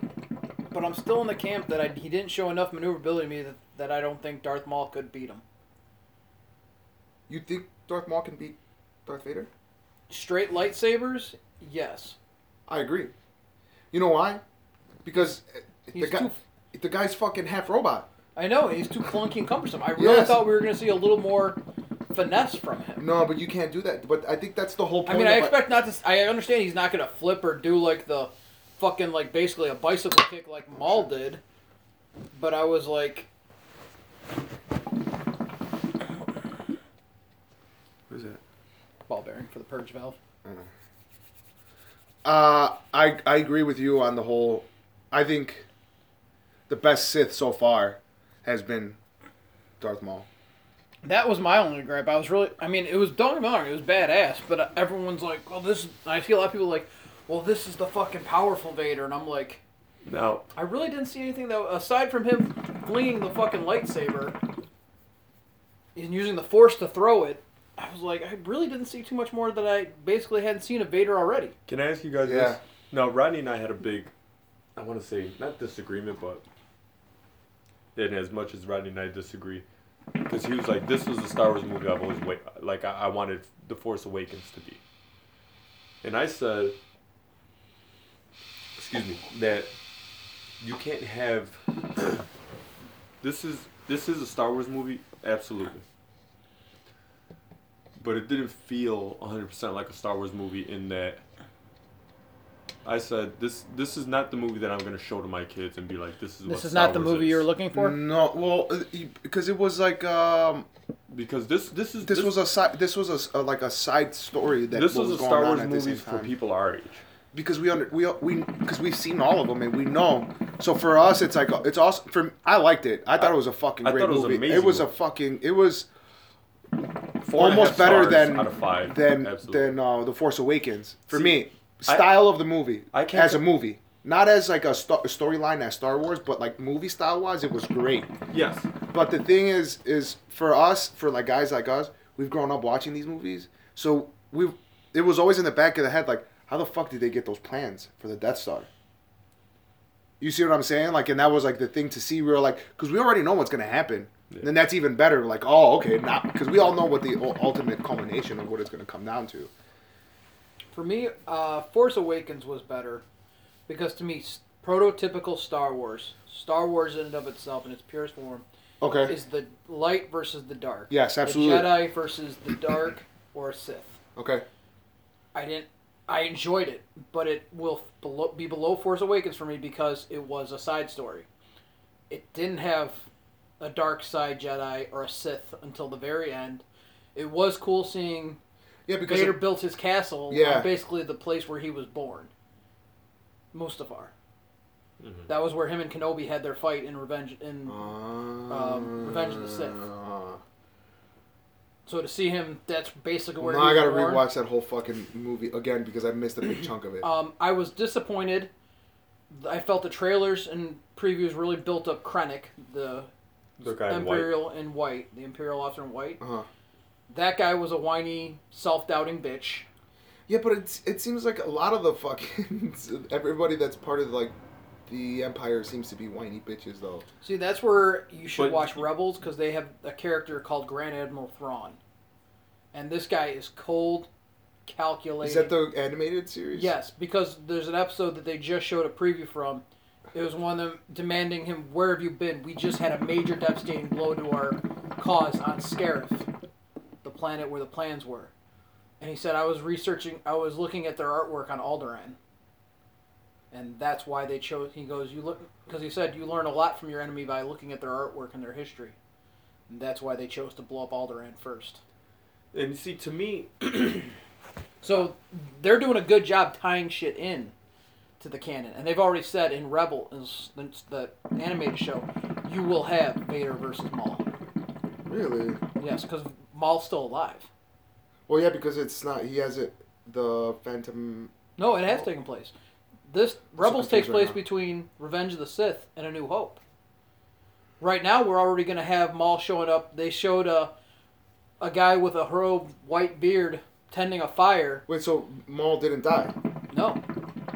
S1: but I'm still in the camp that I, he didn't show enough maneuverability to me that, that I don't think Darth Maul could beat him.
S2: You think Darth Maul can beat Darth Vader?
S1: Straight lightsabers, yes.
S2: I agree. You know why? Because uh, the
S1: He's
S2: guy,
S1: too-
S2: the guy's fucking half robot.
S1: I know he's too clunky and cumbersome. I really
S2: Yes.
S1: thought we were going to see a little more finesse from him.
S2: No, but you can't do that. But I think that's the whole
S1: I
S2: point.
S1: mean, I
S2: of, like-
S1: expect not to. s- I understand he's not going to flip or do like the fucking like basically a bicycle kick like Maul did, but I was like,
S2: What is that?
S8: Ball bearing for the purge valve.
S2: Uh, I I agree with you on the whole. I think the best Sith so far has been Darth Maul.
S8: That was my only gripe. I was really, I mean, it was don't get me wrong, it was badass, but everyone's like, well, this. I see a lot of people like, well, this is the fucking powerful Vader, and I'm like,
S3: No.
S8: I really didn't see anything though, aside from him flinging the fucking lightsaber and using the force to throw it. I was like, I really didn't see too much more that I basically hadn't seen of Vader already.
S3: Can I ask you guys
S9: Yeah.
S3: this? No, Rodney and I had a big, I want to say, not disagreement, but in as much as Rodney and I disagree, because he was like, this was the Star Wars movie I've always wait, like I, I wanted The Force Awakens to be, and I said, excuse me, that you can't have. This is this is a Star Wars movie, absolutely. But it didn't feel 100% like a Star Wars movie in that I said this this is not the movie that I'm going to show to my kids and be like this is what
S8: This is
S3: Star
S8: not the
S3: Wars
S8: movie
S3: is.
S8: you're looking for.
S2: No, well, because it was like um,
S3: because this this is
S2: this was a side, this was a s- a, like a side story that
S3: this
S2: was,
S3: was a
S2: going
S3: Star
S2: on
S3: Wars
S2: at the
S3: movie
S2: same
S3: for
S2: time.
S3: people our age.
S2: because we under we we because we've seen all of them and we know. So for us, it's like it's awesome. For I liked it. I thought it was a fucking
S3: I
S2: great
S3: thought it was
S2: movie.
S3: amazing
S2: it was a
S3: movie.
S2: fucking. It was
S3: Four and a
S2: almost
S3: half
S2: better
S3: stars
S2: than
S3: out of five.
S2: than
S3: Absolutely.
S2: than uh, the Force Awakens for
S3: See,
S2: me.
S3: I-
S2: Style of the movie
S3: I can't
S2: as a
S3: co-
S2: movie, not as like a sto- storyline as Star Wars, but like movie style wise, it was great.
S3: yes.
S2: But the thing is, is for us, for like guys like us, we've grown up watching these movies, so we it was always in the back of the head, like how the fuck did they get those plans for the Death Star? You see what I'm saying? Like, and that was like the thing to see. We were like, because we already know what's gonna happen.
S3: Yeah.
S2: Then that's even better. Like, oh, okay, not because we all know what the ul- ultimate culmination of what it's gonna come down to.
S1: for me, uh, Force Awakens was better because to me, s- prototypical Star Wars, Star Wars in and of itself in its purest form,
S2: Okay.
S1: is the light versus the dark.
S2: Yes,
S1: The
S2: absolutely.
S1: Jedi versus the dark or Sith.
S2: Okay.
S1: I didn't. I enjoyed it, but it will f- below, be below Force Awakens for me because it was a side story. It didn't have a dark side Jedi or a Sith until the very end. It was cool seeing
S2: Yeah, because
S1: Vader built his castle
S2: Yeah.
S1: on basically the place where he was born, Mustafar.
S3: Mm-hmm.
S1: That was where him and Kenobi had their fight in Revenge.
S2: Uh,
S1: In
S2: um,
S1: Revenge of the Sith.
S2: uh,
S1: so to see him, that's basically where
S2: Now
S1: he
S2: I
S1: was
S2: gotta
S1: born.
S2: rewatch that whole fucking movie again because I missed a big chunk of it.
S1: Um, I was disappointed. I felt the trailers and previews really built up Krennic, the
S3: The guy in white.
S1: Imperial in white, the Imperial officer in white.
S2: Uh-huh.
S1: That guy was a whiny, self-doubting bitch.
S2: Yeah, but it's, it seems like a lot of the fucking everybody that's part of like the empire seems to be whiny bitches though.
S1: See, that's where you should
S3: But-
S1: watch Rebels because they have a character called Grand Admiral Thrawn, and this guy is cold, calculating.
S2: Is that the animated series?
S1: Yes, because there's an episode that they just showed a preview from. It was one of them demanding him, "Where have you been? We just had a major devastating blow to our cause on Scarif, the planet where the plans were." And he said, "I was researching. I was looking at their artwork on Alderaan, and that's why they chose." He goes, "You look," because he said, "You learn a lot from your enemy by looking at their artwork and their history." And that's why they chose to blow up Alderaan first.
S3: And you see to me
S1: So they're doing a good job tying shit in to the canon, and they've already said in Rebel, in s- in s- the animated show, you will have Vader versus Maul.
S2: Really?
S1: Yes, because Maul's still alive.
S2: Well, yeah, because it's not. He has it. The Phantom.
S1: No, it has taken place. This Rebels
S2: confused
S1: takes
S2: right
S1: place
S2: now.
S1: between Revenge of the Sith and A New Hope. Right now, we're already going to have Maul showing up. They showed a a guy with a robe, white beard, tending a fire.
S2: Wait, so Maul didn't die.
S1: No,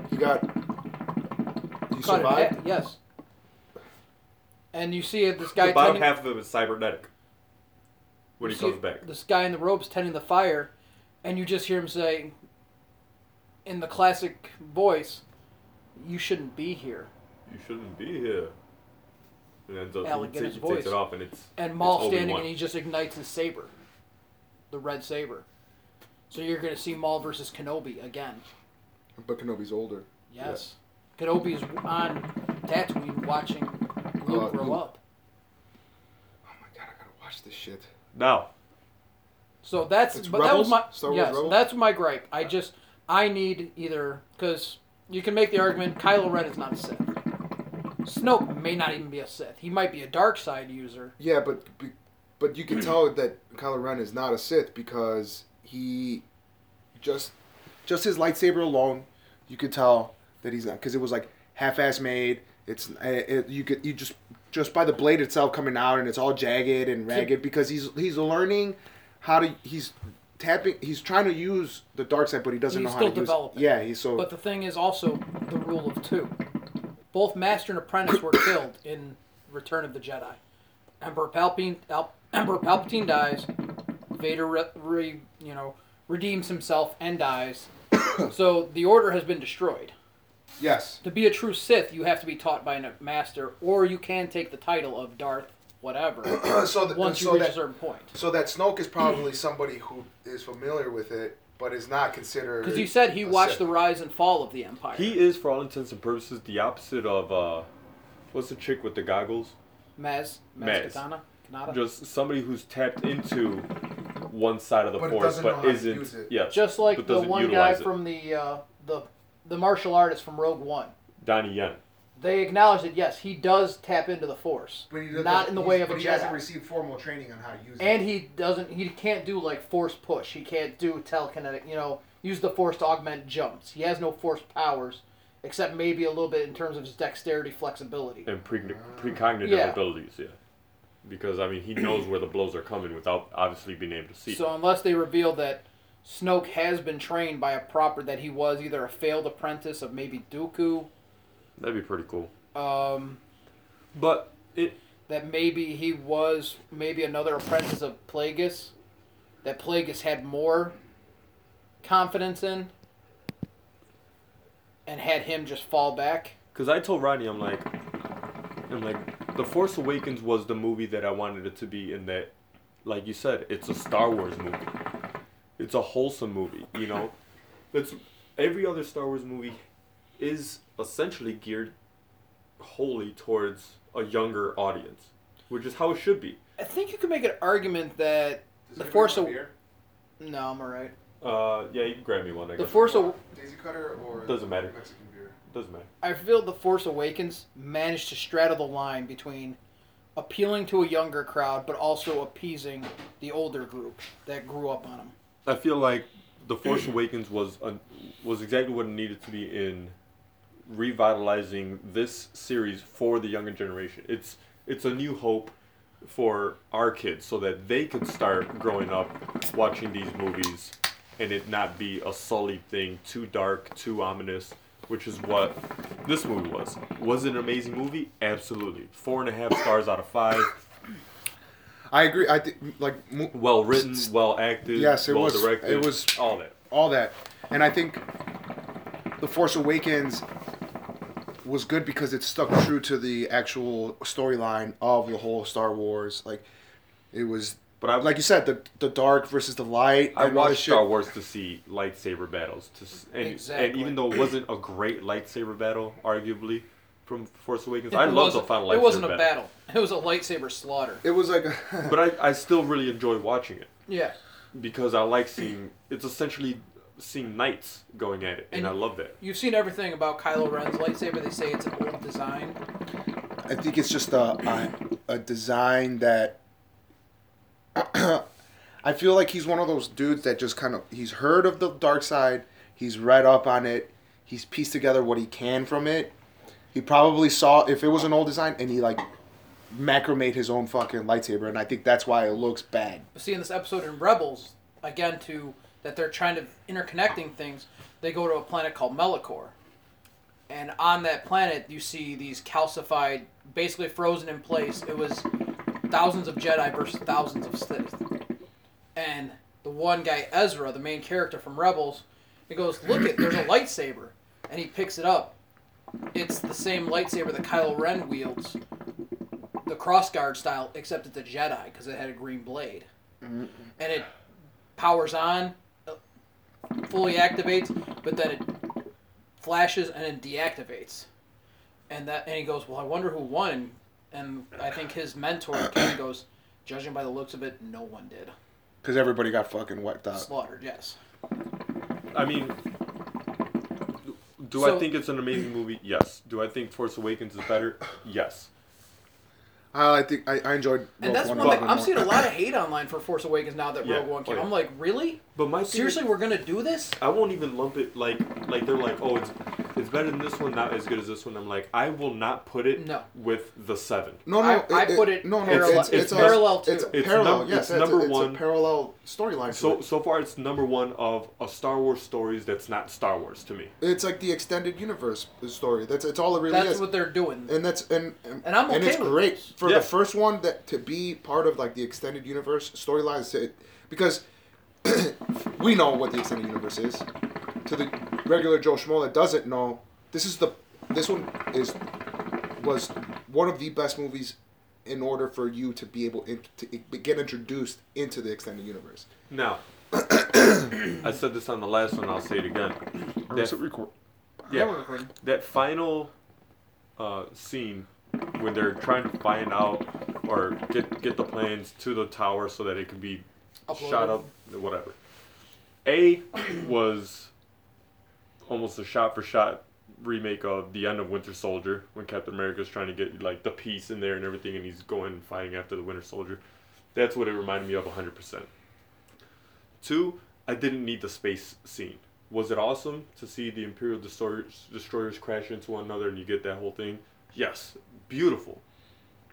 S2: He got. He
S1: cut in
S2: survived.
S1: half, Yes. And you see this guy
S3: about
S1: tending-
S3: half of it was cybernetic when he
S1: You see
S3: comes back.
S1: This guy in the robe's tending the fire, and you just hear him say, in the classic voice, "You shouldn't be here."
S3: You shouldn't be here. And ends up
S1: Alec
S3: he,
S1: in
S3: ta-
S1: his
S3: he
S1: voice.
S3: takes it off and it's
S1: And
S3: it's
S1: Maul standing,
S3: Obi-Wan.
S1: and he just ignites his saber, the red saber. So you're gonna see Maul versus Kenobi again.
S2: But Kenobi's older.
S1: Yes, Kenobi is on Tatooine watching Luke You
S10: Uh,
S1: grow
S10: you-
S1: up.
S10: Oh my god, I gotta watch this shit.
S3: Now,
S1: So that's
S10: It's
S1: but that was
S10: Rebels?
S1: my
S10: Star Wars
S1: yes,
S10: Rebels?
S1: that's my gripe. I just I need either because you can make the argument Kylo Ren is not a Sith. Snoke may not even be a Sith. He might be a dark side user.
S10: Yeah, but be- but you can tell that Kylo Ren is not a Sith because he just
S2: Just his lightsaber alone, you could tell that he's not because it was like half-ass made. It's uh, it, you could you just just by the blade itself coming out and it's all jagged and ragged because he's he's learning how to he's tapping he's trying to use the dark side but he doesn't
S1: He's
S2: know how
S1: still
S2: to use it.
S1: developing.
S2: Yeah, he's so
S1: But the thing is also the rule of two. Both Master and Apprentice were killed in Return of the Jedi. Emperor Palpatine, Al, Emperor Palpatine dies. Vader re, re, you know redeems himself and dies. so the order has been destroyed.
S10: yes.
S1: To be a true Sith, you have to be taught by a master, or you can take the title of Darth whatever
S2: Uh, so that,
S1: once you
S2: so
S1: reach a
S2: that
S1: certain point.
S2: so that Snoke is probably somebody
S10: Who is familiar with it but is not considered
S1: Because you said he
S10: a
S1: watched
S10: Sith.
S1: the rise and fall of the Empire.
S3: he is, for all intents and purposes, the opposite of uh, what's the chick with the goggles?
S1: Maz, Maz,
S3: Maz.
S1: Kanata, Kanata.
S3: Just somebody who's tapped into one side of the
S10: But it
S3: force,
S10: doesn't know
S3: but
S10: how to
S3: isn't.
S10: use it.
S3: Yeah,
S1: Just like
S3: But
S1: the
S3: doesn't
S1: one guy
S3: utilize it.
S1: from the uh, the the martial artist from Rogue One.
S3: Donnie Yen.
S1: They acknowledge that yes, he does tap into the Force,
S10: But he doesn't-
S1: not in the
S10: he's-
S1: way of a
S10: but he hasn't
S1: Jedi.
S10: received formal training on how to use it.
S1: and he doesn't. He can't do like Force push. He can't do telekinetic. You know, use the Force to augment jumps. He has no Force powers, except maybe a little bit in terms of his dexterity, flexibility.
S3: and pre-
S10: Oh.
S3: precognitive
S1: Yeah.
S3: abilities, yeah. Because I mean, he knows where the blows are coming without obviously being able to see.
S1: So unless they reveal that Snoke has been trained by a proper that he was either a failed apprentice of maybe Dooku,
S3: That'd be pretty cool.
S1: um,
S3: But it
S1: that maybe he was maybe another apprentice of Plagueis, that Plagueis had more confidence in, and had him just fall back.
S3: because I told Rodney, I'm like, I'm like, The Force Awakens was the movie that I wanted it to be in that, like you said, it's a Star Wars movie. It's a wholesome movie, you know. That's every other Star Wars movie is essentially geared wholly towards a younger audience, which is how it should be.
S1: I think you could make an argument that
S10: Does
S1: the
S10: anybody
S1: Force.
S10: want
S1: Aw-
S10: beer?
S1: no, I'm alright.
S3: Uh, yeah, you can grab me one. I
S1: The
S3: guess.
S1: Force. Aw-
S10: Daisy cutter or
S3: Doesn't matter.
S10: Mexican beer.
S3: Doesn't matter.
S1: I feel the Force Awakens managed to straddle the line between appealing to a younger crowd, but also appeasing the older group that grew up on him.
S3: I feel like the Force Awakens was un- was exactly what it needed to be in revitalizing this series for the younger generation. It's it's a new hope for our kids so that they could start growing up watching these movies and it not be a sullied thing, too dark, too ominous, which is what this movie was. Was it an amazing movie? Absolutely. Four and a half stars out of five.
S2: I agree I think like mo-
S3: Well written, well acted,
S2: Yes, it
S3: well
S2: was-
S3: directed.
S2: it was-
S3: all that.
S2: all that. And I think The Force Awakens was good because it stuck true to the actual storyline of the whole Star Wars. Like it was
S3: But I
S2: like you said, the the dark versus the light.
S3: I
S2: and all this
S3: watched
S2: shit.
S3: Star Wars to see lightsaber battles. To s- and, and
S1: Exactly.
S3: even though it wasn't a great lightsaber battle, arguably from Force Awakens, I
S1: It
S3: love the
S1: wasn't-
S3: final lightsaber
S1: It wasn't a battle. It was a lightsaber slaughter.
S2: It was like
S3: But I, I still really enjoy watching it
S1: Yeah.
S3: because I like seeing it's essentially seeing knights going at it, and,
S1: And-
S3: I love that.
S1: You've seen everything about Kylo Ren's lightsaber. They say it's an old design.
S2: I think it's just a a, a design that I feel like he's one of those dudes that just kind of he's heard of the dark side, he's read up on it, he's pieced together what he can from it. He probably saw if it was an old design and he like macromade his own fucking lightsaber and I think that's why it looks bad.
S1: But see in this episode in Rebels, again, to that they're trying to interconnecting things, they go to a planet called Melikor. And on that planet, you see these calcified, basically frozen in place. It was thousands of Jedi versus thousands of Sith. And the one guy, Ezra, the main character from Rebels, he goes, Look it, there's a lightsaber. And he picks it up. It's the same lightsaber that Kylo Ren wields, the crossguard style, except it's a Jedi because it had a green blade. And it powers on, uh, fully activates, but then it flashes and it deactivates. And that and he goes, well, I wonder who won. and I think his mentor kind of goes, judging by the looks of it, no one did.
S11: because everybody got fucking wiped out.
S1: Slaughtered, yes.
S3: I mean, do
S1: So-
S3: I think it's an amazing movie? Yes. Do I think Force Awakens is better? Yes.
S11: I, I think I, I enjoyed.
S1: And
S11: Rogue
S1: that's
S11: One
S1: one thing.
S11: more.
S1: I'm seeing a lot of hate online for Force Awakens now that
S3: Yeah,
S1: Rogue One
S3: oh
S1: came.
S3: yeah.
S1: I'm like, really?
S3: But my thing is-
S1: Seriously, we're gonna do this?
S3: I won't even lump it like like they're like, oh, it's it's better than this one, not as good as this one. I'm like, I will not put it
S1: No.
S3: with the seven.
S2: No, no,
S1: I- I put it
S2: no, no,
S1: parallel-
S2: it's, it's,
S3: it's
S2: a-
S1: parallel to-
S2: It's
S3: It's
S2: parallel.
S3: num-
S2: yes,
S3: it's
S2: it's
S3: number
S2: a, it's
S3: one.
S2: A parallel storyline. to
S3: So
S2: it.
S3: so far, it's number one of a Star Wars stories that's not Star Wars to me.
S2: it's like the extended universe story. That's it's all it really
S1: That's
S2: is.
S1: what they're doing.
S2: and that's and and,
S1: And I'm okay
S2: it's
S1: with
S2: great
S1: this.
S2: for
S3: Yeah.
S2: the first one that to be part of like the extended universe storylines to- because we know what the extended universe is to the regular Joe Schmo that doesn't know this is the this one is was one of the best movies in order for you to be able in, to get introduced into the extended universe.
S3: Now, I said this on the last one. I'll say it again.
S11: Is
S3: That,
S11: it record-
S1: Yeah,
S3: yeah,
S1: we're recording.
S3: that final uh, scene when they're trying to find out or get get the plans to the tower so that it can be
S1: Uploaded.
S3: shot up, whatever. A was almost a shot for shot remake of the end of Winter Soldier when Captain America's trying to get like the piece in there and everything, and he's going and fighting after the Winter Soldier. That's what it reminded me of 100%. Two, I didn't need the space scene. Was it awesome to see the Imperial destroyers, destroyers crash into one another and you get that whole thing? Yes, beautiful.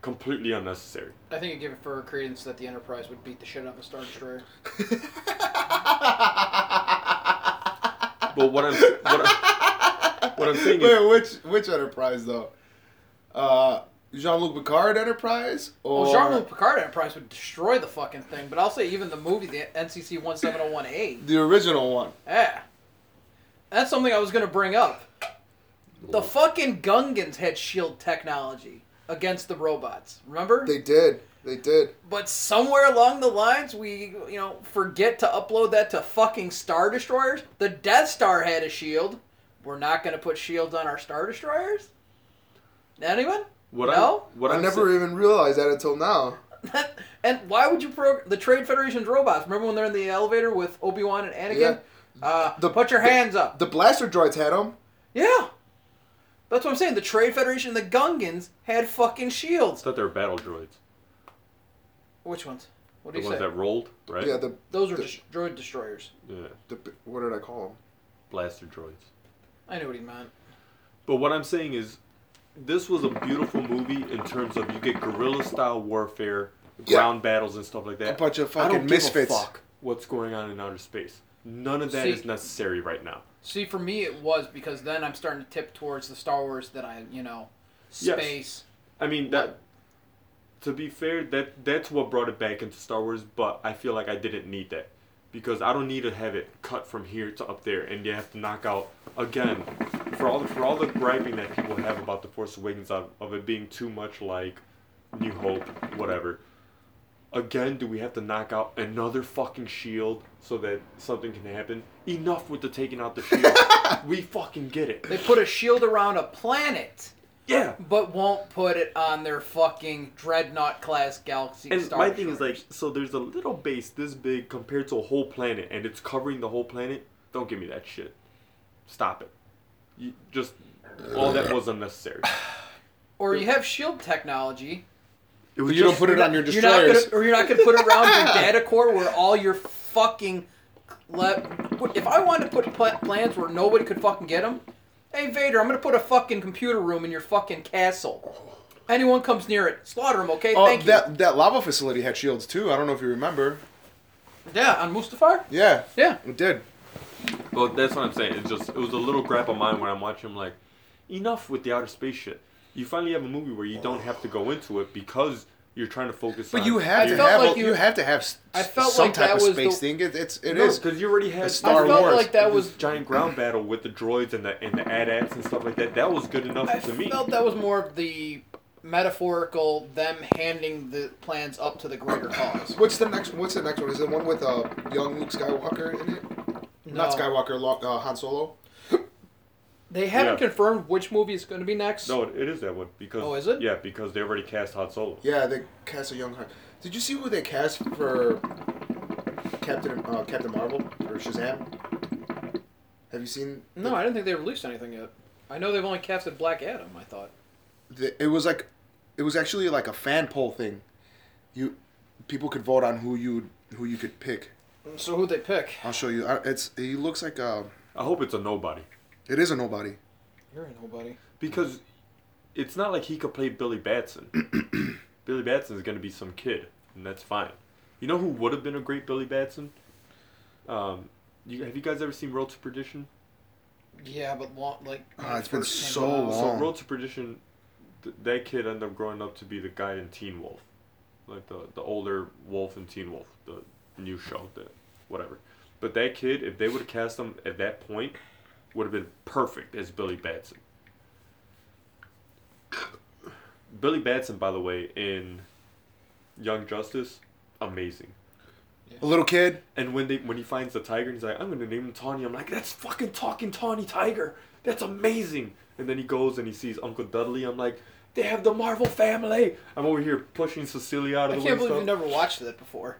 S3: Completely unnecessary.
S1: I think it gave it further credence that the Enterprise would beat the shit out of a Star Destroyer.
S3: But what I'm what, I, what I'm saying is
S2: Wait, which which Enterprise though? Uh, Jean Luc Picard Enterprise or
S1: Well, Jean Luc Picard Enterprise would destroy the fucking thing, but I'll say even the movie, the NCC 1701A.
S2: the original one?
S1: Yeah. That's something I was going to bring up. The fucking Gungans had shield E technology against the robots, remember?
S2: They did. They did.
S1: but somewhere along the lines, we, you know, forget to upload that to fucking Star Destroyers. The Death Star had a shield. E We're not going to put shields E on our Star Destroyers? Anyone?
S3: what
S1: no?
S3: I what
S2: I
S3: I'm
S2: never
S3: sa-
S2: even realized that until now.
S1: and why would you pro the Trade Federation's robots? Remember when they're in the elevator with Obi Wan and Anakin? Uh,
S2: The-
S1: put your
S2: the-
S1: hands up.
S2: The blaster droids had them.
S1: yeah, that's what I'm saying. The Trade Federation, and the Gungans had fucking
S3: I
S1: shields.
S3: thought they were battle droids.
S1: Which ones? What do
S3: The
S1: you
S3: ones
S1: say?
S3: that rolled, right?
S2: Yeah, the,
S1: Those are
S2: the-
S1: dis- droid destroyers.
S3: yeah,
S2: the what did I call
S3: blaster droids.
S1: I know what he meant.
S3: But what I'm saying is, this was a beautiful movie in terms of you get guerrilla style warfare, ground battles and stuff like that.
S11: A bunch of
S3: I don't
S11: fucking
S3: give a
S11: misfits.
S3: fuck what's going on in outer space? None of that
S1: See-
S3: is necessary right now.
S1: See, for me, it was because then I'm starting to tip towards the Star Wars that I, you know,
S3: Yes.
S1: space.
S3: I mean that. To be fair, that that's what brought it back into Star Wars, but I feel like I didn't need that because I don't need to have it cut from here to up there, and you have to knock out again for all the, for all the griping that people have about the Force Awakens of, of it being too much like New Hope, whatever. Again, do we have to knock out another fucking shield so that something can happen? Enough with the taking out the shield. we fucking get it.
S1: They put a shield around a planet.
S3: Yeah.
S1: But won't put it on their fucking dreadnought class galaxy.
S3: And
S1: Star
S3: my thing is
S1: Destroyers.
S3: like, so there's a little base this big compared to a whole planet, and it's covering the whole planet. Don't give me that shit. Stop it. You just all that was unnecessary.
S1: Or you have shield technology.
S3: It was
S11: But you don't
S3: just-
S11: put it on your
S1: You're not
S11: destroyers.
S1: gonna, or you're not gonna put it around your data core where all your fucking. Le- if I wanted to put pla- plans where nobody could fucking get them, hey Vader, I'm gonna put a fucking computer room in your fucking castle. Anyone comes near it, slaughter them. Okay,
S11: Oh,
S1: thank
S11: that that lava facility had shields too. I don't know if you remember.
S1: you. Yeah, on Mustafar.
S11: Yeah,
S1: Yeah.
S11: it did.
S3: Well, that's what I'm saying. It just it was a little gripe of mine when I'm watching. I'm like, enough with the outer space shit. You finally have a movie where you don't have to go into it because you're trying to focus.
S11: But
S3: on
S11: you had
S1: I
S11: to
S1: felt
S11: have
S1: like
S11: a-
S1: you-
S11: you, had to have s-
S1: I felt
S11: some
S1: like that
S11: type of
S1: was
S11: space
S1: the-
S11: thing. It, it's it
S3: No,
S11: is.
S3: because you already had
S11: It's Star
S1: I felt
S11: Wars.
S1: like that was.
S3: this giant ground battle with the droids and the and the AT-ATs and stuff like that. That was good enough
S1: I
S3: to me.
S1: felt that was more of the metaphorical them handing the plans up to the greater cause.
S2: them? What's the next? What's the next one? Is it one with uh, young Luke Skywalker in it? Not
S1: No.
S2: Skywalker, Lo- uh, Han Solo.
S1: They haven't
S3: Yeah.
S1: confirmed which movie is going to be next.
S3: No, it it is that one because.
S1: Oh, is it?
S3: Yeah, because they already cast Han Solo.
S2: Yeah, they cast a young Han. Did you see who they cast for Captain uh, Captain Marvel or Shazam? Have you seen?
S12: No, I didn't think they released anything yet. I know they've only casted Black Adam. I thought.
S2: The, it was like, it was actually like a fan poll thing. You, people could vote on who you who you could pick.
S1: So who'd they pick?
S2: I'll show you. I- It's he looks like a.
S3: I hope it's a nobody
S2: It is a nobody.
S1: You're a nobody.
S3: because it's not like he could play Billy Batson. Billy Batson is going to be some kid, and that's fine. You know who would have been a great Billy Batson? Um, you, have you guys ever seen Road to Perdition?
S1: Yeah, but long, like.
S2: Ah, it's been
S1: first came
S2: so
S1: out.
S2: long.
S3: So
S2: Oh.
S3: Road to Perdition, th- that kid ended up growing up to be the guy in Teen Wolf, like the the older Wolf in Teen Wolf, the new show, the whatever. But that kid, if they would have cast him at that point, would have been perfect as Billy Batson. Billy Batson, by the way, in Young Justice, amazing.
S2: A little kid.
S3: And when they when he finds the tiger, he's like, "I'm gonna name him Tawny." I'm like, "That's fucking talking Tawny Tiger. That's amazing." And then he goes and he sees Uncle Dudley. I'm like, "They have the Marvel family." I'm over here pushing Cecilia out
S1: I
S3: of the
S1: can't
S3: way.
S1: believe you
S3: and stuff.
S1: never watched that before.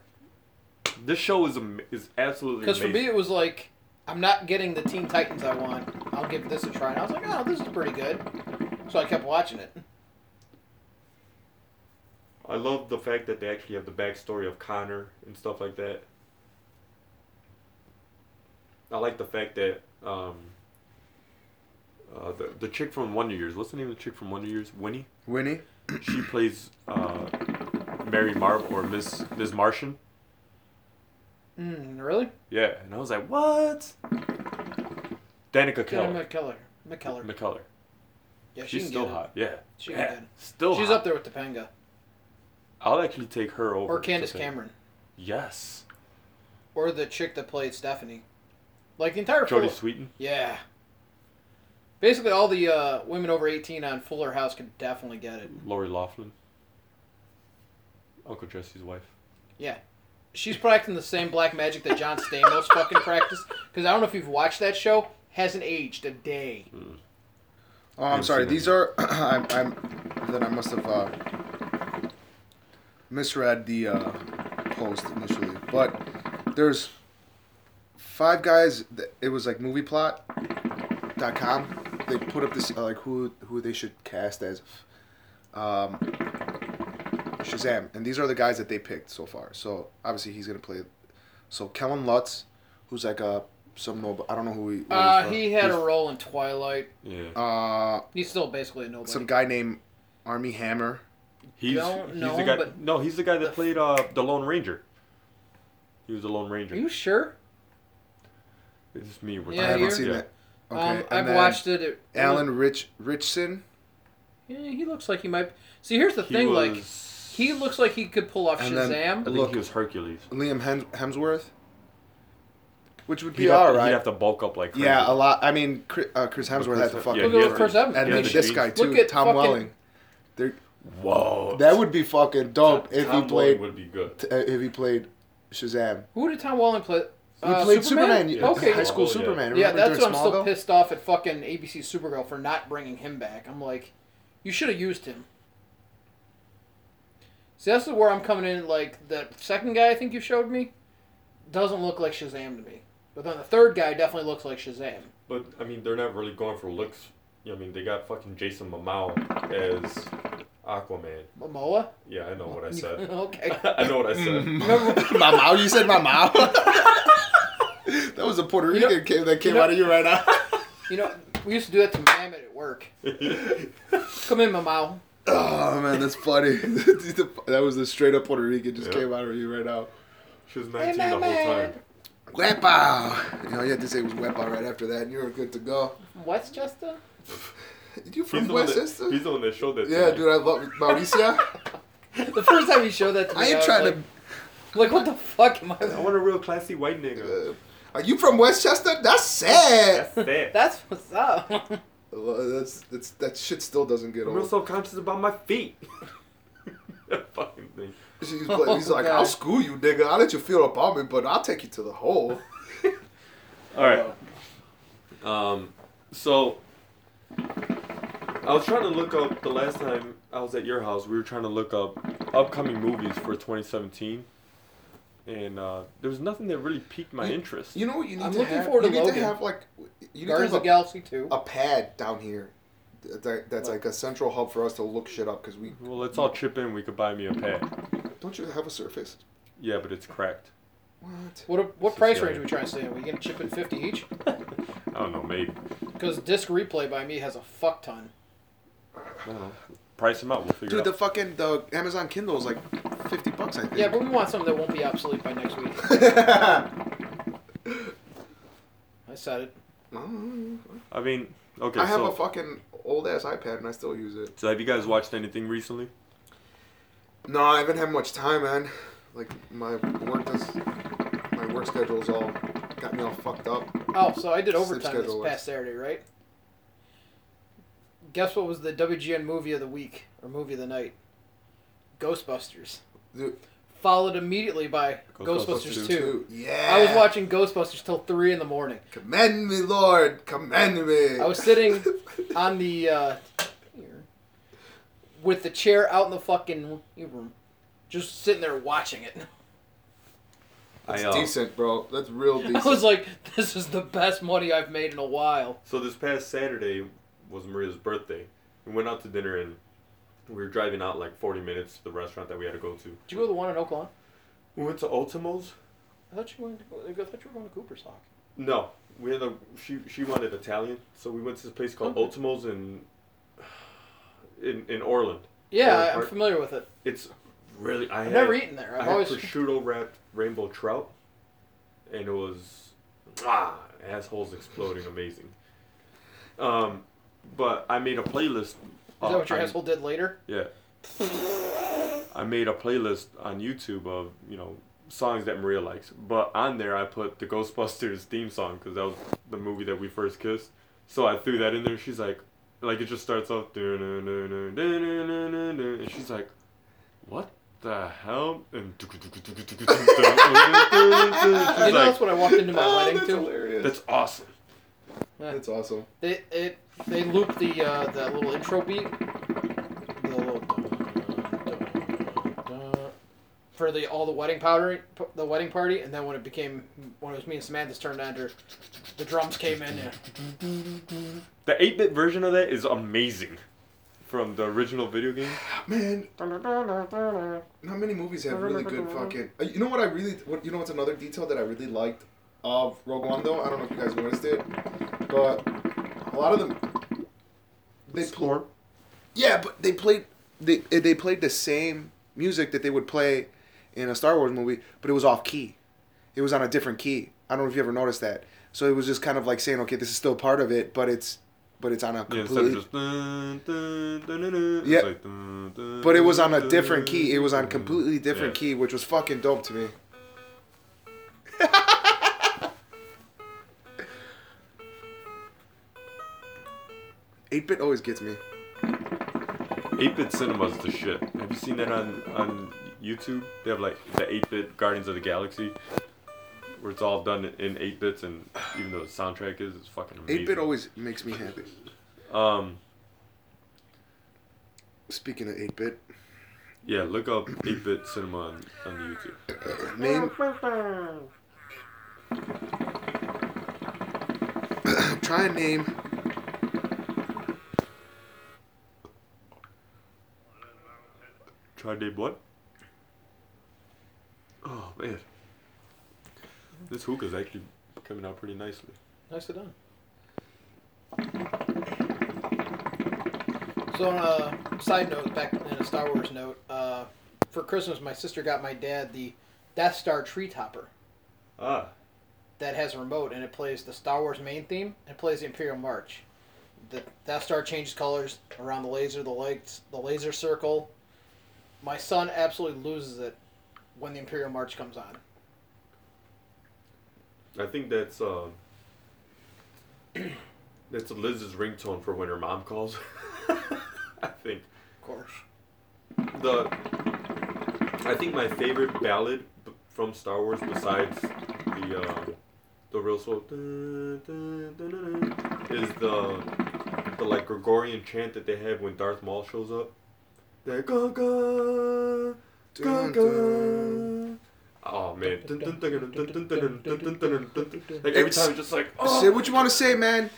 S3: This show is am- is absolutely
S1: Because for
S3: amazing.
S1: me, it was like, I'm not getting the Teen Titans I want. I'll give this a try. And I was like, oh, this is pretty good. So I kept watching it.
S3: I love the fact that they actually have the backstory of Connor and stuff like that. I like the fact that um, uh, the the chick from Wonder Years. What's the name of the chick from Wonder Years? Winnie.
S2: Winnie.
S3: she plays uh, Mary Marv or Miss Miss Martian.
S12: Hmm,
S1: Mm, really?
S3: Yeah, and I was like, what? Danica Keller.
S1: McKellar. McKellar.
S3: McKellar.
S1: Yeah, she
S3: She's
S1: can
S3: still
S1: get it.
S3: hot. Yeah.
S1: She can
S3: yeah.
S1: get it.
S3: Still
S1: She's
S3: hot.
S1: up there with Topanga.
S3: I'll actually take her over.
S1: Or Candace
S3: to-
S1: Cameron.
S3: Yes.
S1: Or the chick that played Stephanie. Like the entire
S3: Jodie
S1: Fuller.
S3: Sweeten.
S1: Yeah. Basically, all the uh, women over 18 on Fuller House could definitely get it.
S3: Lori Laughlin. Uncle Jesse's wife.
S1: She's practicing the same black magic that John Stamos fucking practiced. Because I don't know if you've watched that show. Hasn't aged a day.
S2: Mm, Oh, I'm
S3: I've
S2: sorry.
S3: seen it.
S2: These are I'm, I'm that I must have uh, misread the uh, post initially, but there's five guys. That, it was like movieplot.com. They put up this uh, like who who they should cast as um, Shazam, and these are the guys that they picked so far. So obviously he's gonna play. So Kellen Lutz, who's like a some nob- I don't know who he. where he's
S1: Uh,
S2: from.
S1: he had a role in Twilight.
S3: Yeah.
S2: Uh,
S1: He's still basically a nobody.
S2: some guy named Army Hammer.
S3: He's,
S1: Don't
S3: he's
S1: know
S3: the
S1: him,
S3: guy.
S1: but-
S3: no, he's the guy that played uh, the Lone Ranger. He was the Lone
S1: Are
S3: Ranger.
S1: you sure?
S3: It's me. We're
S1: Yeah,
S2: I haven't
S1: you're-
S2: seen
S3: Yeah.
S2: that. Okay,
S1: um,
S2: and
S1: I've
S2: then
S1: watched it. it
S2: Alan Rich Richson.
S1: Yeah, he looks like he might. See, here's the
S3: He
S1: thing.
S3: was,
S1: Like he looks like he could pull off
S2: And
S1: Shazam.
S2: then-
S3: I think
S2: Look.
S3: he was Hercules.
S2: Liam Hem- Hemsworth, which would
S3: He'd
S2: be
S3: have
S2: all
S3: to- He'd
S2: right.
S3: have to bulk up like.
S2: Yeah,
S3: crazy.
S2: a lot. I mean, Chris, uh, Chris
S3: But
S2: Hemsworth
S3: Chris
S2: had to
S3: Hem-
S2: fuck.
S3: yeah,
S1: Look
S3: he
S1: at
S3: had
S1: Chris
S3: to-
S1: Evans.
S2: And
S3: he
S2: then
S3: had to
S2: this
S3: change.
S2: guy too,
S1: Look at
S2: Tom
S1: fucking-
S2: Welling. There,
S3: Whoa.
S2: that would be fucking dope if
S3: Tom
S2: he played.
S3: Welling would be good.
S2: t- uh, if he played Shazam,
S1: Who did Tom Welling play?
S2: he
S1: Uh,
S2: played Superman.
S3: Yeah.
S1: Okay.
S2: high school
S3: Oh, yeah.
S2: Superman.
S1: yeah,
S2: Remember
S1: that's what
S2: during
S1: I'm still
S2: Smallville?
S1: pissed off at fucking ABC Supergirl for not bringing him back. I'm like, you should have used him. See, that's where I'm coming in. Like that second guy, I think you showed me, doesn't look like Shazam to me. But then the third guy definitely looks like Shazam.
S3: But I mean, they're not really going for looks. I mean, they got fucking Jason Momoa as Aquaman.
S1: Momoa.
S3: Yeah, I know what I said.
S1: okay.
S3: I know what I said.
S1: Remember,
S2: my mouth. You said my mouth. that was a Puerto
S1: You know-
S2: Rican kid that came
S1: you know-
S2: out of you right now.
S1: you know, we used to do that to Mam at work. Come in, Mamau.
S2: Oh man, that's funny. that was the straight up Puerto Rican just
S3: Yeah.
S2: came out of you right now.
S3: She was 19 the whole time.
S2: Wepa! You know, you had to say it was Wepa right after that, and you were good to go.
S1: Westchester?
S2: You
S3: He's
S2: from
S3: the, one that,
S2: Westchester?
S3: he's the one that showed that. to
S2: Yeah,
S3: me.
S2: dude, I love Mauricia.
S1: The first time you showed that to me,
S2: I ain't
S1: was
S2: trying
S1: like, Like, what the fuck am
S3: I
S1: I?
S3: want a real classy white nigga.
S2: to. Uh, are you from Westchester? That's sad.
S3: That's that.
S1: That's what's up.
S2: Well, that's, that's that shit still doesn't get
S3: I'm real
S2: old.
S3: self conscious about my feet. that fucking thing.
S2: She's, play, he's
S1: Oh,
S2: like,
S1: God.
S2: I'll school you, nigga. I'll let you feel the apartment, but I'll take you to the hole.
S3: All right. Um, so I was trying to look up the last time I was at your house. We were trying to look up upcoming movies for 2017, and uh, there was nothing that really piqued my
S2: You-
S3: interest.
S2: You know what you need
S1: I'm
S2: to
S1: looking
S2: have?
S1: forward to
S2: you need
S1: Logan.
S2: to have like you need
S13: Guardians
S2: to
S13: of
S2: have
S13: the Galaxy 2.
S2: a, a pad down here that- that, that's like a central hub for us to look shit up because we
S1: Mm-hmm.
S3: well, let's all chip in. We could buy me a pad.
S2: don't you have a surface.
S3: Yeah, but it's cracked.
S2: What?
S1: What what
S3: This is
S1: price
S3: the-
S1: range are we trying to stay in? We gonna chip in fifty each?
S3: I don't know, maybe.
S1: Because disc replay by me has a fuck ton.
S3: I don't know. Price them out. We'll figure
S14: Dude,
S3: it
S14: the
S3: out.
S14: fucking the Amazon Kindle is like fifty bucks, I think.
S1: Yeah, but we want something that won't be obsolete by next week. I said it.
S2: I
S3: I mean, okay.
S2: have
S3: so,
S2: a fucking old ass iPad and I still use it.
S3: so have you guys watched anything recently?
S2: No, I haven't had much time, man. Like my work does, my work schedule's all got me all fucked up.
S1: Oh, so I did
S2: Sleep
S1: overtime this
S2: schedule was-
S1: past Saturday, right? Guess what was the WGN movie of the week or movie of the night? Ghostbusters.
S2: Dude,
S1: Followed immediately by Ghostbusters, 2.
S3: Ghostbusters
S2: dude, yeah.
S1: I was watching Ghostbusters till 3 in the morning.
S2: Commend me, Lord. Commend me.
S1: I was sitting on the uh, here, with the chair out in the fucking room, just sitting there watching it.
S2: That's
S3: I, uh,
S2: decent, bro. That's real decent.
S1: I was like, "This is the best money I've made in a while."
S3: So this past Saturday was Maria's birthday. We went out to dinner and we were driving out like 40 minutes to the restaurant that we had to go to.
S1: Did you go to the one in Oakland?
S3: We went to Ultimo's.
S1: I thought you were going to, I thought you were going to Cooper's Hawk.
S3: No, we had a she she wanted Italian, so we went to this place called
S1: Okay.
S3: Ultimo's in in in Orland.
S1: Yeah,
S3: Or
S1: I- I'm
S3: part-
S1: familiar with it.
S3: It's really I
S1: I've
S3: had
S1: never eaten there.
S3: I
S1: I've
S3: had
S1: always
S3: prosciutto wrapped rainbow trout, and it was ah assholes exploding, amazing. Um, but I made a playlist.
S1: Is that what your
S3: I-
S1: asshole did later?
S3: Yeah. I made a playlist on YouTube of, you know, songs that Maria likes. But on there, I put the Ghostbusters theme song because that was the movie that we first kissed. So I threw that in there. She's like, like it just starts off. And she's like, what the hell? And she's
S1: you know,
S3: like, "Ah,
S1: that's what I walked into my
S14: Ah,
S2: Oh,
S1: wedding
S2: that's
S1: to.
S2: hilarious.
S3: that's awesome.
S1: Yeah.
S2: That's awesome.
S1: They it they looped the uh, that little intro beat, the little dun, dun, dun, for the all the wedding powder the wedding party, and then when it became when it was me and Samantha's turn to enter, the drums came in. Yeah.
S3: The 8 bit version of that is amazing from the original video game.
S14: Ah,
S2: Man, not many movies have really good fucking. Uh, You know what I really? What you know what's another detail that I really liked of Rogue One though? I don't know if you guys noticed it, but a lot of them they pl-
S3: Score.
S2: Yeah, but
S14: they played they eh, they played the same music that they would play in a Star Wars movie, but it was off key. It was on a different key. I don't know if you ever noticed that. So it was just kind of like saying, okay, this is still part of it, but it's but it's on a
S3: Yeah, instead
S14: completely.
S3: of just dun, dun, dun, dun, dun, it's
S14: Yeah.
S3: like dun, dun,
S14: but it was on a
S3: dun,
S14: different key. It was on a
S3: dun.
S14: completely different
S3: Yeah.
S14: key, which was fucking dope to me. Eight bit always gets me.
S3: 8-bit cinema's the shit. Have you seen that on on YouTube? They have like the 8-bit Guardians of the Galaxy, where it's all done in 8 bits, and even though the soundtrack is, it's fucking amazing.
S14: Eight bit always makes me happy.
S3: Um,
S14: Speaking of eight bit,
S3: yeah, look up 8-bit cinema on, on YouTube.
S14: uh, name. Try and name.
S3: Try Dave what? Oh man, this hookah's actually coming out pretty nicely.
S1: Nicely done. So on a side note, back in a Star Wars note, uh, for Christmas my sister got my dad the Death Star tree topper
S3: Ah,
S1: that has a remote and it plays the Star Wars main theme and it plays the Imperial March. The Death Star changes colors around the laser, the lights, the laser circle. My son absolutely loses it when the Imperial March comes on.
S3: I think that's um that's Liz's ringtone for when her mom calls. I think
S1: Of course.
S3: the I think my favorite ballad b- from Star Wars besides the uh, the real slow dun, dun, dun, dun, dun, is the the like Gregorian chant that they have when Darth Maul shows up. They're Gaga,
S11: Dun,
S3: Gaga. Oh man! Like every
S11: It's-
S3: time, it's just like oh.
S11: Say what you want to say, man.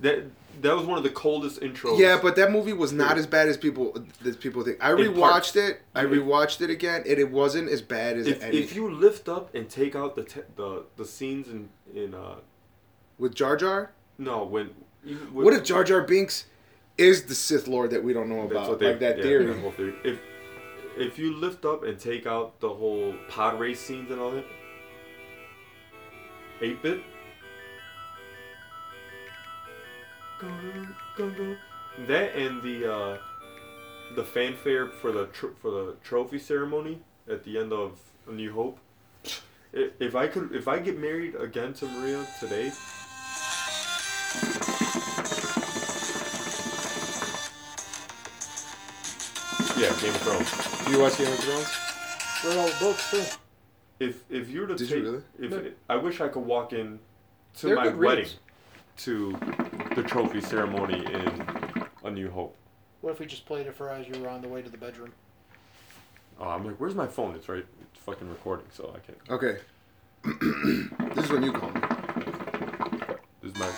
S3: That that was one of the coldest intros.
S11: Yeah, but that movie was not as bad as people as people think. I
S3: In parts.
S11: rewatched it. I rewatched it again, and it wasn't as bad as
S3: if,
S11: any.
S3: if you lift up and take out the te- the the scenes in in uh
S11: With Jar Jar,
S3: no when
S11: what if Jar Jar Binks is the Sith Lord that we don't know about? Like that
S3: yeah,
S11: theory.
S3: that whole theory. If if you lift up and take out the whole pod race scenes and all that, eight bit. That and the uh, the fanfare for the tr- for the trophy ceremony at the end of A New Hope. I- If I could, if I get married again to Maria today, yeah, Game of Thrones.
S11: Do you watch Game of Thrones?
S1: Read all the books too.
S3: If if you were to
S11: Did you
S3: take,
S11: really?
S3: if
S1: No.
S3: I wish I could walk in to
S1: They're
S3: my
S1: good
S3: wedding,
S1: reads.
S3: to the trophy ceremony in A New Hope.
S1: What if we just played it for as you were on the way to the bedroom?
S3: Oh, I'm like, where's my phone? It's right, it's fucking recording, so I can't.
S11: Okay. this is when you call me.
S3: This is my.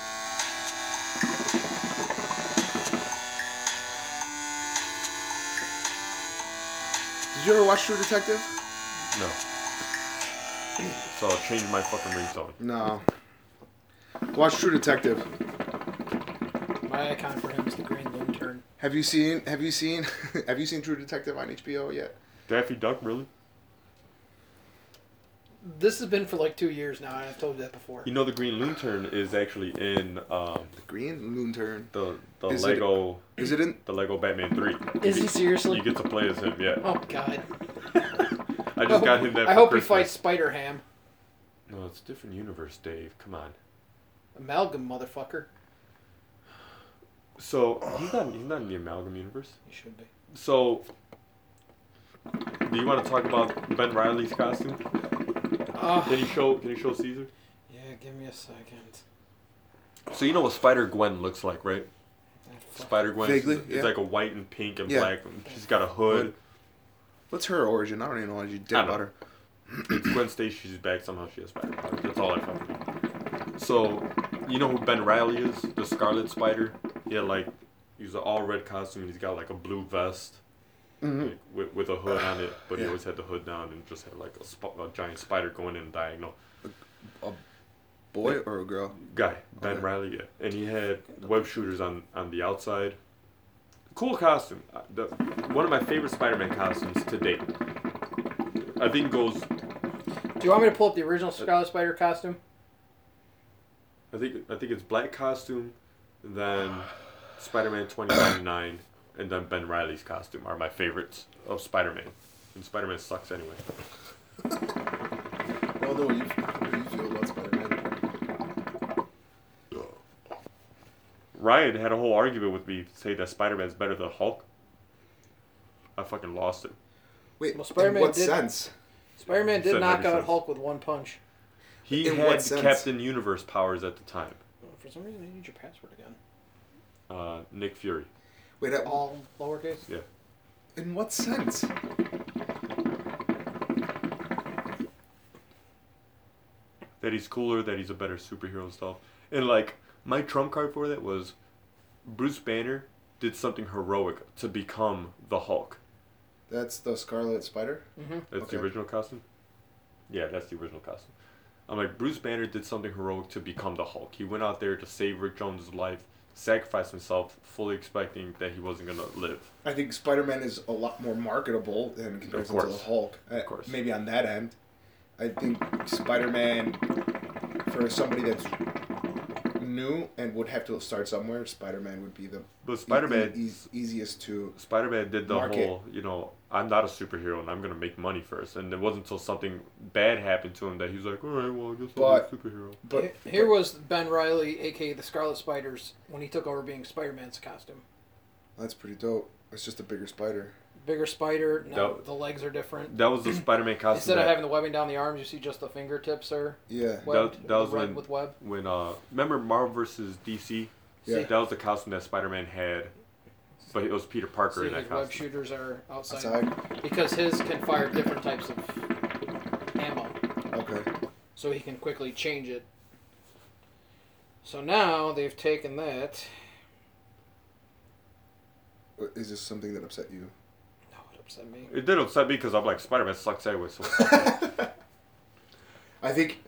S11: Did you ever watch True Detective?
S3: No. So I'll change my fucking ringtone.
S11: No. Watch True Detective.
S1: My icon for him is the Green Lantern.
S11: Have you seen? Have you seen? have you seen True Detective on HBO yet?
S3: Daffy Duck, really?
S1: This has been for like two years now, and I've told you that before.
S3: You know, the Green Lantern is actually in um,
S11: The Green Lantern.
S3: the the
S11: Is it-
S3: Lego
S11: Is it in?
S3: the Lego Batman Three.
S1: Is he
S3: You get-
S1: seriously?
S3: You get to play as him. Yeah.
S1: Oh God!
S3: I just got him that.
S1: I
S3: for
S1: hope
S3: Christmas.
S1: he fights Spider Ham,
S3: No, it's a different universe, Dave. Come on.
S1: amalgam motherfucker.
S3: So he's not he's not in the amalgam universe.
S1: He should be.
S3: So do you want to talk about Ben Riley's costume?
S1: Oh,
S3: Can you show can you show Caesar?
S1: yeah. Give me a second.
S3: So you know what Spider Gwen looks like, right?
S1: Ah, fuck.
S3: Spider Gwen
S11: Vaguely,
S3: is
S11: yeah.
S3: like a white and pink and
S11: Yeah.
S3: black. She's got a hood.
S11: What's her origin? I don't even know. Did you
S3: I
S11: dip
S3: don't know.
S11: about her?
S3: It's Gwen Stacy's back. Somehow she has Spider. powers. That's all I found. So you know who Ben Riley is? The Scarlet Spider. He had like he's an all red costume. and He's got like a blue vest.
S11: Mm-hmm.
S3: like, with, with a hood on it, but he
S11: Yeah.
S3: always had the hood down and just had like a, sp- a giant spider going in diagonal.
S11: Boy or a girl?
S3: Guy, Ben
S11: Okay.
S3: Riley, yeah. And he had web shooters on, on the outside. Cool costume. Uh, The, one of my favorite Spider Man costumes to date. I think goes,
S1: Do you want me to pull up the
S3: Uh,
S1: original Scarlet Spider costume?
S3: I think I think it's black costume, then Spider Man 2099, and then Ben Riley's costume are my favorites of Spider Man. And Spider Man sucks anyway.
S2: Well, no, you, how do you feel about Spider-Man?
S3: Ryan had a whole argument with me to say that Spider Man's better than Hulk. I fucking lost it.
S11: Wait,
S1: Well, Spider-Man
S2: In what
S1: did-
S2: sense?
S1: Spider Man
S3: Said
S1: did knock
S3: ninety
S1: out
S3: cents.
S1: Hulk with one punch.
S3: He
S2: In
S3: had
S2: what sense?
S3: Captain Universe powers at the time.
S1: Oh, For some reason, I need your password again.
S3: Uh, Nick Fury.
S2: Wait, at,
S11: uh,
S1: All lowercase.
S3: Yeah.
S2: in what sense?
S3: That he's cooler, that he's a better superhero and stuff. And like, my trump card for that was Bruce Banner did something heroic to become the Hulk.
S2: That's the Scarlet Spider.
S3: That's the
S2: Okay.
S3: original costume? Yeah, that's the original costume. I'm like, Bruce Banner did something heroic to become the Hulk. He went out there to save Rick Jones' life, sacrificed himself, fully expecting that he wasn't going to live.
S2: I think Spider-Man is a lot more marketable than compared to the
S3: course.
S2: Hulk. Uh,
S3: course.
S2: Maybe on that end, I think Spider-Man for somebody that's new and would have to start somewhere. Spider-Man would be the
S3: But Spider Man,
S2: e- e- easiest to.
S3: Spider Man did the
S2: Market.
S3: whole, you know, I'm not a superhero and I'm going to make money first. And it wasn't until something bad happened to him that he was like, all right, well, I guess
S2: But-
S3: I'm a superhero.
S2: But
S1: Here- Here was Ben Riley, aka the Scarlet Spiders, when he took over being Spider Man's costume.
S2: that's pretty dope. It's just a bigger spider.
S1: Bigger spider, now
S3: That-
S1: the legs are different.
S3: That was the Spider Man costume.
S1: Instead
S3: that,
S1: of having the webbing down the arms, you see just the fingertips are
S2: Yeah.
S1: webbed.
S3: that was
S1: the red
S3: when-
S1: with web.
S3: when, uh, remember Marvel versus DC?
S2: Yeah.
S3: That was the costume that Spider-Man had, but it was Peter Parker
S1: See,
S3: in that
S1: his web
S3: costume.
S1: shooters are outside,
S2: Outside.
S1: because his can fire different types of ammo,
S2: Okay.
S1: so he can quickly change it. So now they've taken that.
S2: Is this something that upset you?
S1: No, it upset me.
S3: It did upset me because I'm like Spider-Man sucks anyway, so
S2: I think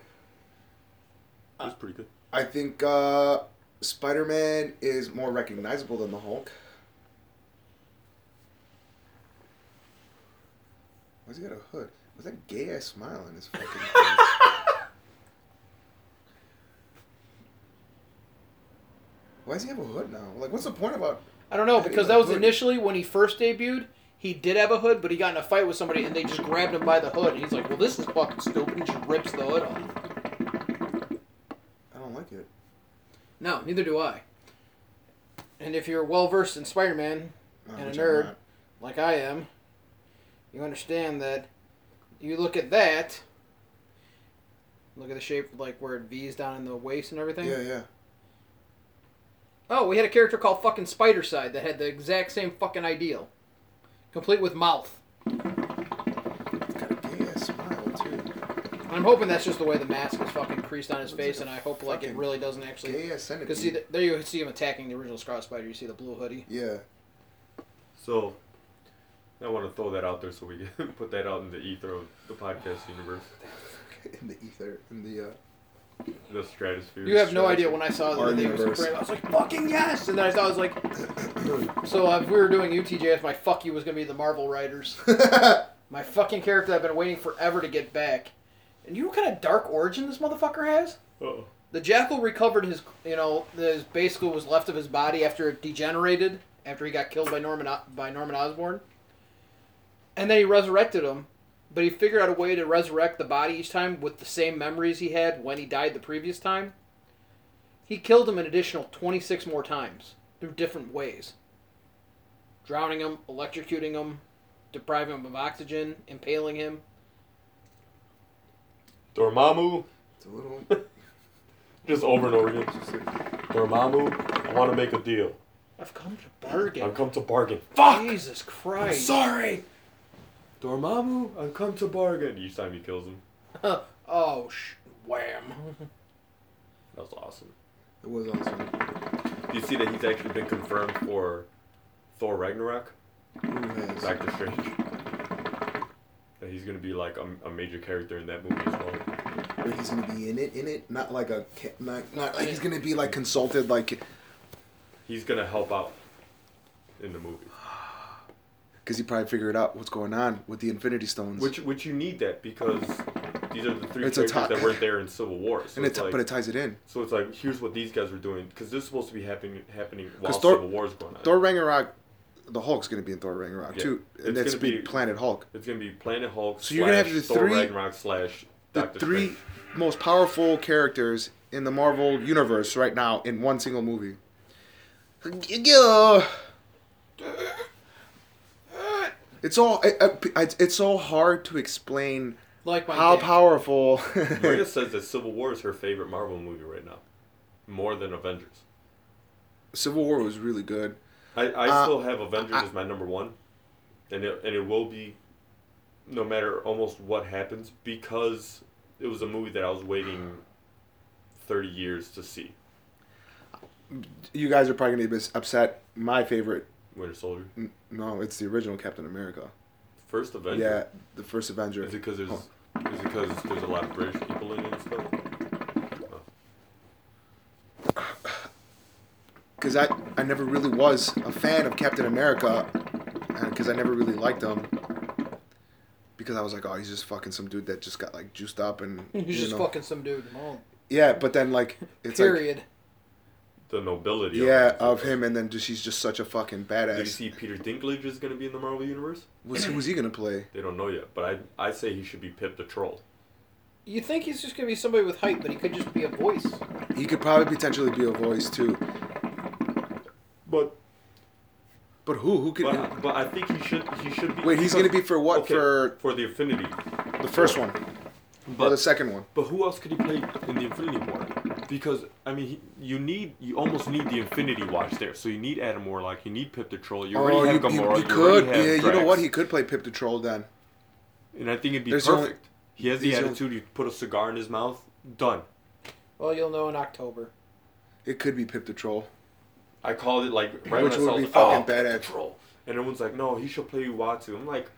S3: it's pretty good.
S2: I think uh, Spider Man is more recognizable than the Hulk. Why's he got a hood? Was that gay ass smile on his fucking face? Why does he have a hood now? Like, what's the point about?
S1: I don't know
S2: Hey,
S1: because that was
S2: hood.
S1: initially when he first debuted. He did have a hood, but he got in a fight with somebody, and they just grabbed him by the hood. And he's like, "Well, this is fucking stupid." And just rips the hood off.
S2: I don't like it.
S1: No, neither do I. And if you're well versed in Spider-Man,
S2: No,
S1: And a
S2: Oh, which I'm
S1: nerd.
S2: not.
S1: like I am, you understand that. You look at that. Look at the shape, like where it V's down in the waist and everything.
S2: Yeah, yeah.
S1: Oh, we had a character called fucking Spider Side that had the exact same fucking ideal, complete with mouth.
S2: He's got a gay ass smile too.
S1: I'm hoping that's just the way the mask is fucking creased on his
S2: Looks
S1: face,
S2: like
S1: and
S2: a
S1: I hope like it
S2: fucking
S1: really doesn't actually.
S2: Gay ass centipede.
S1: Because see, th- there you see him attacking the original Scarlet Spider. You see the blue hoodie.
S2: yeah.
S3: So I want to throw that out there so we can put that out in the ether of the podcast universe,
S2: In the ether, in the uh,
S3: the stratosphere.
S1: You have no idea when I saw
S2: Our
S1: that they were
S2: universe.
S1: Supreme. I was like, fucking yes! And then I thought I was like, so uh, if we were doing UTJS, my fuck you was gonna be the Marvel writers. My fucking character I've been waiting forever to get back. And you know what kind of dark origin this motherfucker has?
S3: Uh-oh.
S1: The Jackal recovered his, you know, his basically what was left of his body after it degenerated, after he got killed by Norman O- by Norman Osborn. And then he resurrected him, but he figured out a way to resurrect the body each time with the same memories he had when he died the previous time. He killed him an additional 26 more times through different ways. Drowning him, electrocuting him, depriving him of oxygen, impaling him.
S3: Dormammu,
S2: it's a little.
S3: just over and over again. Dormammu, I want to make a deal.
S1: I've come to bargain.
S3: I've come to bargain.
S1: Jesus Christ.
S3: Sorry. Dormammu, I've come to bargain. Each time he kills him,
S1: oh, sh- wham.
S3: that was awesome.
S2: It was awesome.
S3: Do you see that he's actually been confirmed for Thor Ragnarok?
S2: Who has?
S3: Doctor Strange. That he's gonna be like a, a major character in that movie as well.
S2: Where he's gonna be in it, in it, not like a, ca- not, not like he's gonna be like consulted, like,
S3: He's gonna help out in the movie,
S2: because he probably figured out what's going on with the Infinity Stones.
S3: which which you need that because these are the three
S2: It's a
S3: characters
S2: tie-
S3: that weren't there in Civil War. So
S2: and it,
S3: it's
S2: t-
S3: like,
S2: but it ties it in.
S3: so it's like here's what these guys were doing because this is supposed to be happening happening while
S2: 'Cause Thor-
S3: Civil War's going on.
S2: Thor Ragnarok, the Hulk's gonna be in Thor Ragnarok
S3: Yeah.
S2: too,
S3: It's
S2: and that's
S3: gonna be-
S2: big Planet Hulk.
S3: it's gonna be Planet Hulk.
S2: So you're gonna have
S3: slash
S2: the
S3: Thor
S2: three-
S3: Ragnarok slash
S2: The
S3: Doctor
S2: three
S3: Strange.
S2: most powerful characters in the Marvel universe right now in one single movie. Yeah. It's all. I, I, it's so hard to explain
S1: Like my
S2: how
S1: dick.
S2: powerful.
S3: Maria says that Civil War is her favorite Marvel movie right now, more than Avengers.
S2: Civil War was really good.
S3: I, I
S2: Uh,
S3: still have Avengers
S2: I-
S3: as my number one, and it, and it will be, no matter almost what happens, because it was a movie that I was waiting thirty years to see.
S2: You guys are probably gonna be upset. My favorite,
S3: Winter Soldier,
S2: n- no, it's the original Captain America.
S3: first Avenger.
S2: Yeah, the first Avenger.
S3: Is it because there's
S2: Oh.
S3: is it because there's a lot of British people in it and stuff?
S2: Because I, I never really was a fan of Captain America, because I never really liked him. Because I was like, oh, he's just fucking some dude that just got like juiced up and
S1: He's
S2: you
S1: just
S2: know.
S1: fucking some dude. Oh,
S2: Yeah, but then like it's
S1: period.
S3: The nobility.
S2: like yeah
S3: it.
S2: of him, and then just, he's just such a fucking
S3: Do you
S2: badass.
S3: see Peter Dinklage is going to be in the Marvel universe?
S2: Who's, who's he gonna play?
S3: They don't know yet, but I I say he should be Pip the Troll.
S1: you think he's just gonna be somebody with hype, but he could just be a voice.
S2: He could probably potentially be a voice too.
S3: But
S2: But who? Who could?
S3: but, but I think he should he should be.
S2: Wait, he's
S3: because-
S2: gonna be for what?
S3: okay,
S2: For
S3: for the Infinity.
S2: the first one or
S3: But
S2: the second one?
S3: But who else could he play in the Infinity War? because I mean, he, you need you almost need the Infinity Watch there. So you need Adam Warlock, you need Pip the Troll, you
S11: Oh,
S3: already have Gamora, you, already
S11: could.
S3: have
S11: yeah, you know
S3: Drax.
S11: what? He could play Pip the Troll then.
S3: and I think it'd be
S11: There's
S3: perfect.
S11: only-
S3: he has the
S11: he's the
S3: attitude. You put a cigar in his mouth, done.
S1: Well, you'll know in October.
S11: It could be Pip the Troll.
S3: I called it like right
S11: Which would
S3: when I saw
S11: be
S3: it,
S11: fucking
S3: oh, Pip the
S11: badass.
S3: Troll. And everyone's like, no, he should play Uatu. I'm like,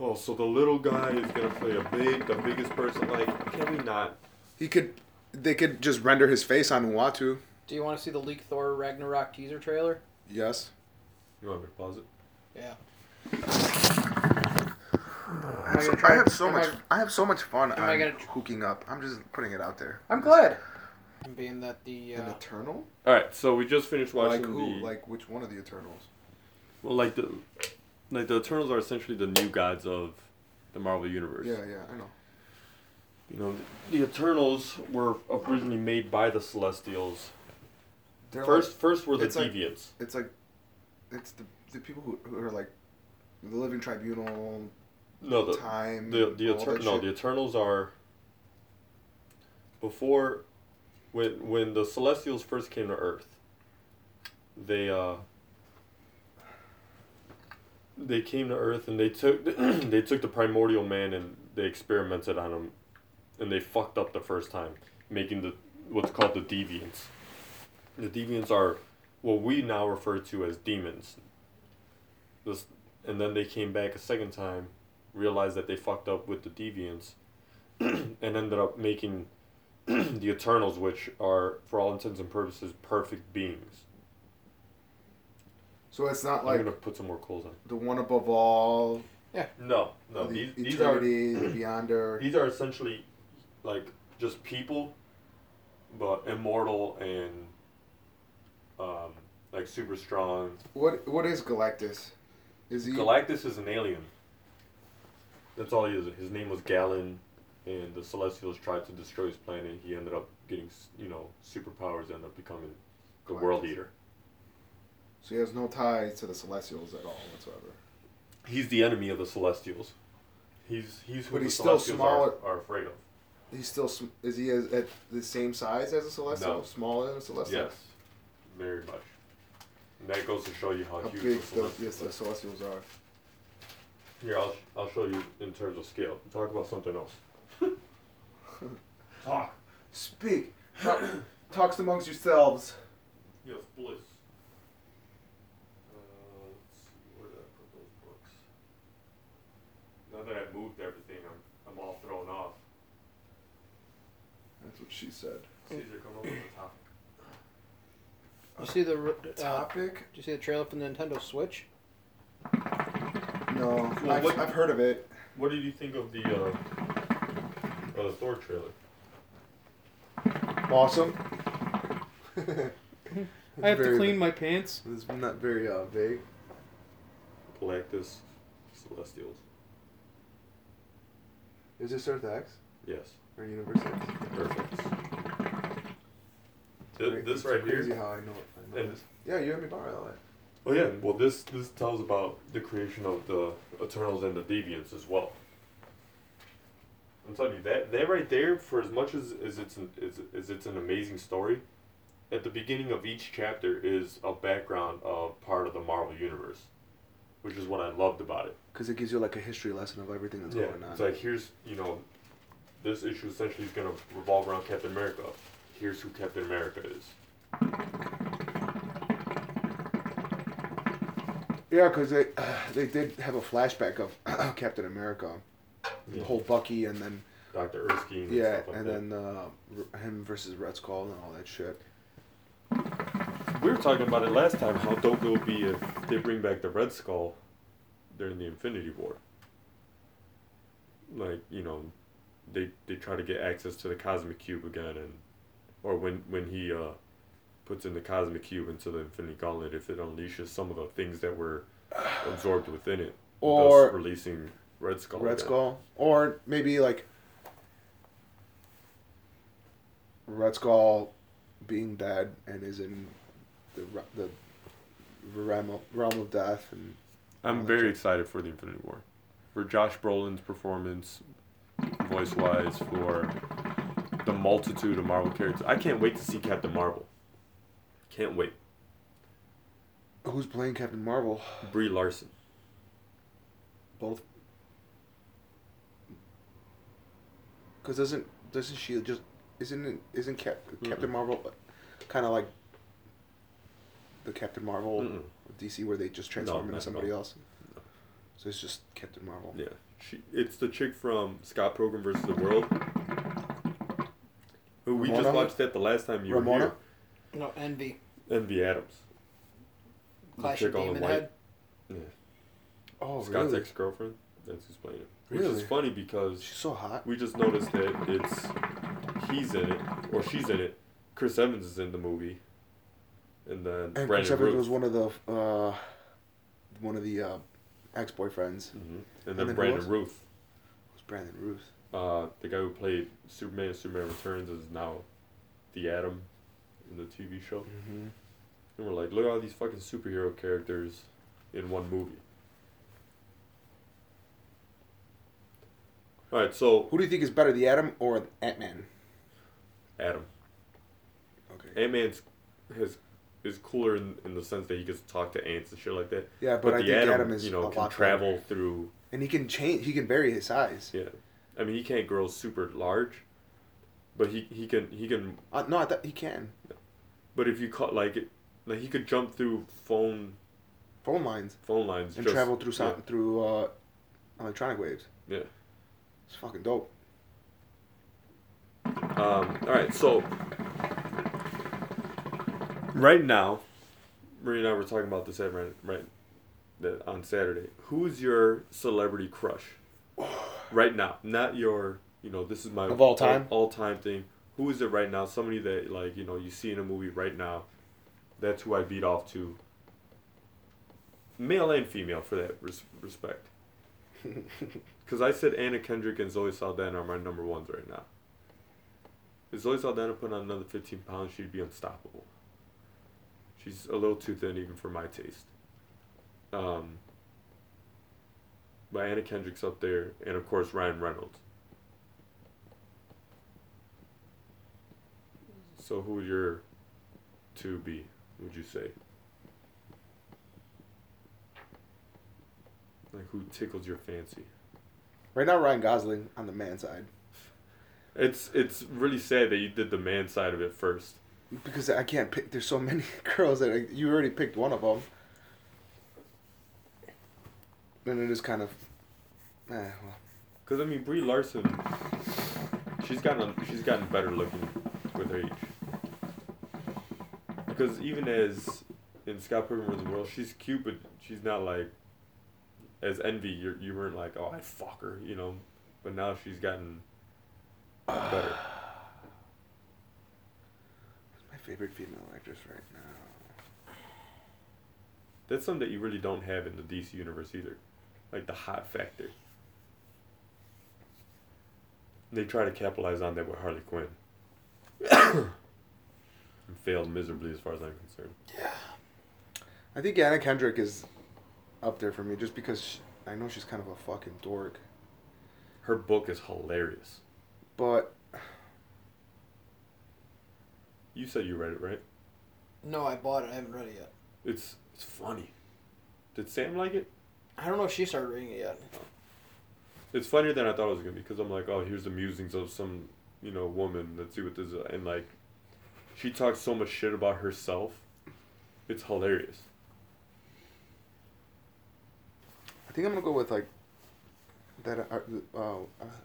S3: oh, so the little guy is gonna play a big, the biggest person. Like, can we not?
S11: He could. They could just render his face on Uatu.
S1: Do you want to see the leaked Thor Ragnarok teaser trailer?
S11: Yes.
S3: You want me to pause it?
S1: Yeah.
S11: I,
S1: gonna try-
S11: have so
S1: am
S11: much.
S1: I-
S11: I have so much fun.
S1: am I
S11: on
S1: gonna tr-
S11: hooking up. I'm just putting it out there.
S1: I'm glad. Being that the
S2: An
S1: uh,
S2: Eternal?
S3: All right, so we just finished watching
S2: Like who?
S3: the
S2: Like which one of the Eternals?
S3: well, like the like the Eternals are essentially the new gods of the Marvel universe.
S2: Yeah, yeah, I know.
S3: You know, the Eternals were originally made by the Celestials.
S2: They're
S3: First, first were the
S2: it's like-
S3: Deviants.
S2: like- it's like, it's the the people who, who are like, the Living Tribunal,
S3: no, the
S2: time.
S3: the the
S2: all that
S3: Eter- no,
S2: shit.
S3: the Eternals are before when when the Celestials first came to Earth. They uh they came to Earth and they took they took the primordial man and they experimented on him, and they fucked up the first time, making the what's called the deviants. The deviants are what we now refer to as demons. This and then they came back a second time realized that they fucked up with the deviants and ended up making the eternals which are for all intents and purposes perfect beings
S2: so it's not
S3: i'm
S2: like
S3: gonna put some more coals on
S2: the one above all.
S3: no no
S2: the
S3: these, these are
S2: Eternity, the Beyonder.
S3: these are essentially like just people but immortal and um, like super strong
S2: What what is Galactus? Is he?
S3: galactus is an alien that's all he is his name was galen and the celestials tried to destroy his planet he ended up getting s- you know superpowers ended up becoming the world
S2: Galactus.
S3: eater
S2: so he has no ties to the Celestials at all whatsoever.
S3: he's the enemy of the Celestials. He's he's who
S2: But
S3: the
S2: he's still
S3: Celestials
S2: smaller-
S3: are, are afraid of.
S2: He's still sm- is he as, at the same size as a Celestial?
S3: No.
S2: Smaller than a Celestial?
S3: Yes, very much. And that goes to show you how,
S2: How
S3: huge
S2: big
S3: the
S2: the,
S3: Celestials
S2: yes, the
S3: are.
S2: Celestials are.
S3: Here, I'll I'll show you in terms of scale. Talk about something else. Talk.
S2: Speak. Talk, talks amongst yourselves.
S3: Yes, bliss. Uh, let's see, where did I put those books? Now that I've moved everything, I'm I'm all thrown off.
S2: That's what she said.
S3: Caesar, come up with a topic.
S1: you see the r- uh, do
S2: Topic?
S1: you see the trailer for the Nintendo Switch?
S2: No,
S3: Well,
S2: I've,
S3: what-
S2: I've heard of it.
S3: What did you think of the uh, uh, Thor trailer?
S11: Awesome.
S12: I have
S11: Very
S12: to clean my pants.
S11: It's not very uh, vague.
S3: Galactus, Celestials.
S11: Is this Earth X
S3: Yes,
S11: or Universe X?
S3: perfect.
S11: Right,
S3: Th- this
S11: it's
S3: right
S11: crazy
S3: here.
S11: how I know it. I know
S3: And-
S11: this. Yeah, you let me borrow that.
S3: Oh yeah. Well, this this tells about the creation of the Eternals and the Deviants as well. I'm telling you that that right there, for as much as, as it's an, as, as it's an amazing story, at the beginning of each chapter is a background of part of the Marvel universe, which is what I loved about it.
S11: Because it gives you like a history lesson of everything that's
S3: yeah,
S11: going on.
S3: it's like here's you know, this issue essentially is gonna revolve around Captain America. Here's who Captain America is.
S11: yeah, because they they did have a flashback of Captain America, the
S3: Yeah.
S11: whole Bucky, and then
S3: Doctor Erskine. And
S11: yeah,
S3: stuff like
S11: and
S3: that.
S11: then uh, r- him versus Red Skull and all that shit.
S3: we were talking about it last time. How dope it would be if they bring back the Red Skull during the Infinity War. Like you know, they they try to get access to the Cosmic Cube again, and or when when he uh, puts in the Cosmic Cube into the Infinity Gauntlet, if it unleashes some of the things that were absorbed within it,
S11: Or-
S3: thus releasing Red Skull.
S11: Red
S3: again.
S11: Skull, or maybe like Red Skull being dead and is in the re- the realm of, realm of death, and
S3: I'm
S2: Oh,
S11: I'll
S3: very
S11: check.
S3: excited for the Infinity War, for Josh Brolin's performance, voice wise, for the multitude of Marvel characters. I can't wait to see Captain Marvel. Can't wait.
S2: Who's playing Captain Marvel?
S3: Brie Larson.
S2: Both. Because doesn't doesn't she just isn't it, isn't Cap, Captain Marvel kind of like the Captain Marvel
S3: Mm-mm.
S2: of DC where they just transform
S3: not
S2: into
S3: at
S2: somebody
S3: all.
S2: else? So it's just Captain Marvel.
S3: Yeah, she, it's the chick from Scott Pilgrim versus the World. Who we
S2: Ramona?
S3: just watched that the last time you
S2: Ramona?
S1: No envy.
S3: were here. Envy Adams. The
S1: Clash
S3: chick
S1: of
S3: all in
S1: Demon
S3: white.
S1: Head.
S2: Oh,
S3: Scott's
S2: really?
S3: ex-girlfriend. That's who's playing it. Which
S2: Really?
S3: is funny because
S2: She's so hot.
S3: we just noticed that it's he's in it or she's in it. Chris Evans is in the movie, and then
S2: And
S3: Brandon
S2: Chris Evans
S3: Root.
S2: was one of the uh, one of the uh, ex boyfriends.
S3: Mhm. and
S2: then
S3: then
S2: who
S3: Brandon
S2: else?
S3: Ruth,
S2: Was Brandon Ruth?
S3: uh, the guy who played Superman in Superman Returns, is now the Atom in the TV show.
S2: Mm-hmm.
S3: And we're like, look at all these fucking superhero characters in one movie. All right, so
S2: Who do you think is better, the Atom or Ant Man?
S3: Adam,
S2: Okay.
S3: Ant Man's has is cooler in, in the sense that he gets to talk to ants and shit like that.
S2: Yeah, but,
S3: But,
S2: I
S3: the
S2: think Adam,
S3: Atom,
S2: is
S3: you
S2: a
S3: know,
S2: lot
S3: can
S2: better.
S3: travel through.
S2: and he can change. He can vary his size.
S3: Yeah, I mean, he can't grow super large, but he he can he can.
S2: Uh, no, I thought he can.
S3: But if you cut like it, like he could jump through phone
S2: Phone lines
S3: phone lines
S2: and
S3: just-
S2: travel through
S3: yeah,
S2: sound, through uh, electronic waves.
S3: yeah.
S2: It's fucking dope.
S3: Um, all right, so right now, Marie and I were talking about this at right, right that on Saturday. Who's your celebrity crush right now? Not your, you know, this is my
S2: Of all time?
S3: all time thing. Who is it right now? Somebody that like you know you see in a movie right now. That's who I beat off to. Male and female, for that res- respect. Because I said Anna Kendrick and Zoe Saldana are my number ones right now. If Zoe Saldana put on another 15 pounds, she'd be unstoppable. She's a little too thin even for my taste. Um, but Anna Kendrick's up there, and of course Ryan Reynolds. So who would your two be? Would you say? Like who tickles your fancy?
S2: Right now, Ryan Gosling on the man side
S3: It's it's really sad that you did the man side of it first.
S2: because I can't pick. There's so many girls that I, you already picked one of them. And it is kind of, eh, well,
S3: Cause I mean Brie Larson, she's gotten she's gotten better looking with her age. Because even as in Scott Pilgrim vs. the World, she's cute, but she's not like as envy. You you weren't like oh I fuck her, you know. But now she's gotten better.
S2: my favorite female actress right now.
S3: That's something that you really don't have in the DC universe either, like the hot factor. They try to capitalize on that with Harley Quinn. and failed miserably, as far as I'm concerned.
S2: I think Anna Kendrick is up there for me just because she, I know she's kind of a fucking dork,
S3: Her book is hilarious.
S2: but
S3: You said you read it, right?
S1: No, I bought it. I haven't read it yet.
S3: It's it's funny. Did Sam like it?
S1: I don't know if she started reading it yet.
S3: It's funnier than I thought it was gonna be because I'm like, oh, here's the musings of some you know woman. Let's see what this is. And like, she talks so much shit about herself. It's hilarious.
S2: I think I'm gonna go with like that uh, uh,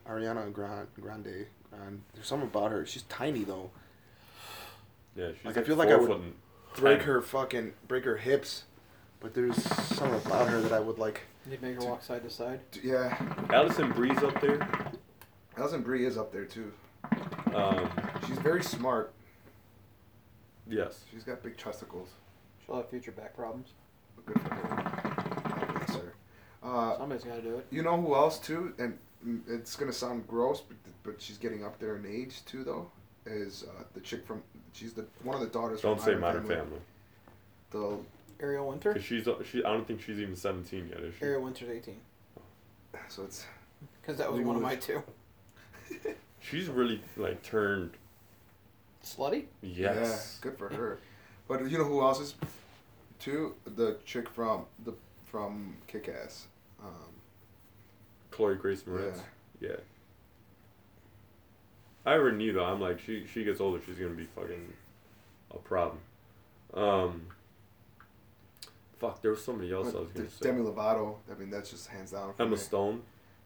S2: Ariana Grande. Grande. Grande. There's something about her. She's tiny though.
S3: Yeah, she's
S2: Like,
S3: like,
S2: I feel like I
S3: four
S2: would
S3: foot and
S2: Break
S3: ten.
S2: her fucking break her hips, but there's something about her that I would like.
S1: You'd make her walk side to side.
S15: D- Yeah,
S3: Allison Bree's up there.
S15: Alison Brie is up there too.
S3: Um,
S15: She's very smart.
S3: yes.
S15: She's got big testicles.
S1: She'll have future back problems.
S15: Good for her. God bless her. Uh,
S1: Somebody's got to do it.
S15: You know who else too? And mm, it's gonna sound gross, but, but she's getting up there in age too, though. Is uh, the chick from? She's the one of the daughters.
S3: Don't
S15: from
S3: say Modern
S15: Family.
S3: Family
S1: Ariel Winter?
S3: because she's uh, she. I don't think she's even seventeen yet, is she?
S1: Ariel Winter's 18.
S15: The so it's
S1: Because that was one of my two.
S3: she's really like turned
S1: Slutty?
S3: yes.
S2: Yeah, good for her. But you know who else is too? The chick from the from Kick Ass. Um,
S3: Chloe Grace Moretz. Yeah. I already knew though. I'm like, she she gets older, she's gonna be fucking a problem. Um. Fuck, there was somebody else I was
S2: but
S3: gonna
S2: there's
S3: say.
S2: Demi Lovato. I mean, that's just hands down. for
S3: Emma
S2: me.
S3: Stone.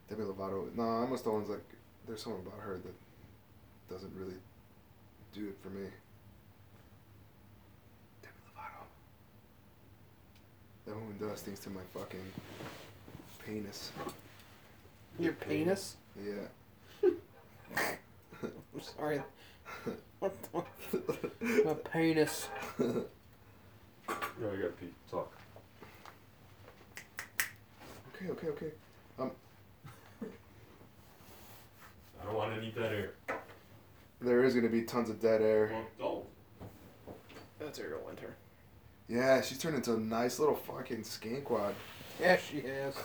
S2: Demi Lovato. No, Emma Stone's like there's something about her that doesn't really do it for me. Demi Lovato. That woman does things to my fucking penis.
S1: Your penis?
S2: Yeah.
S1: I'm sorry. What the- My penis.
S3: No, I got Pete. Talk.
S2: okay, okay, okay.
S3: I don't want any dead air.
S2: There is gonna be tons of dead air.
S3: don't.
S1: That's Ariel Winter.
S2: Yeah, she's turned into a nice little fucking skank wad.
S1: Yeah, she has.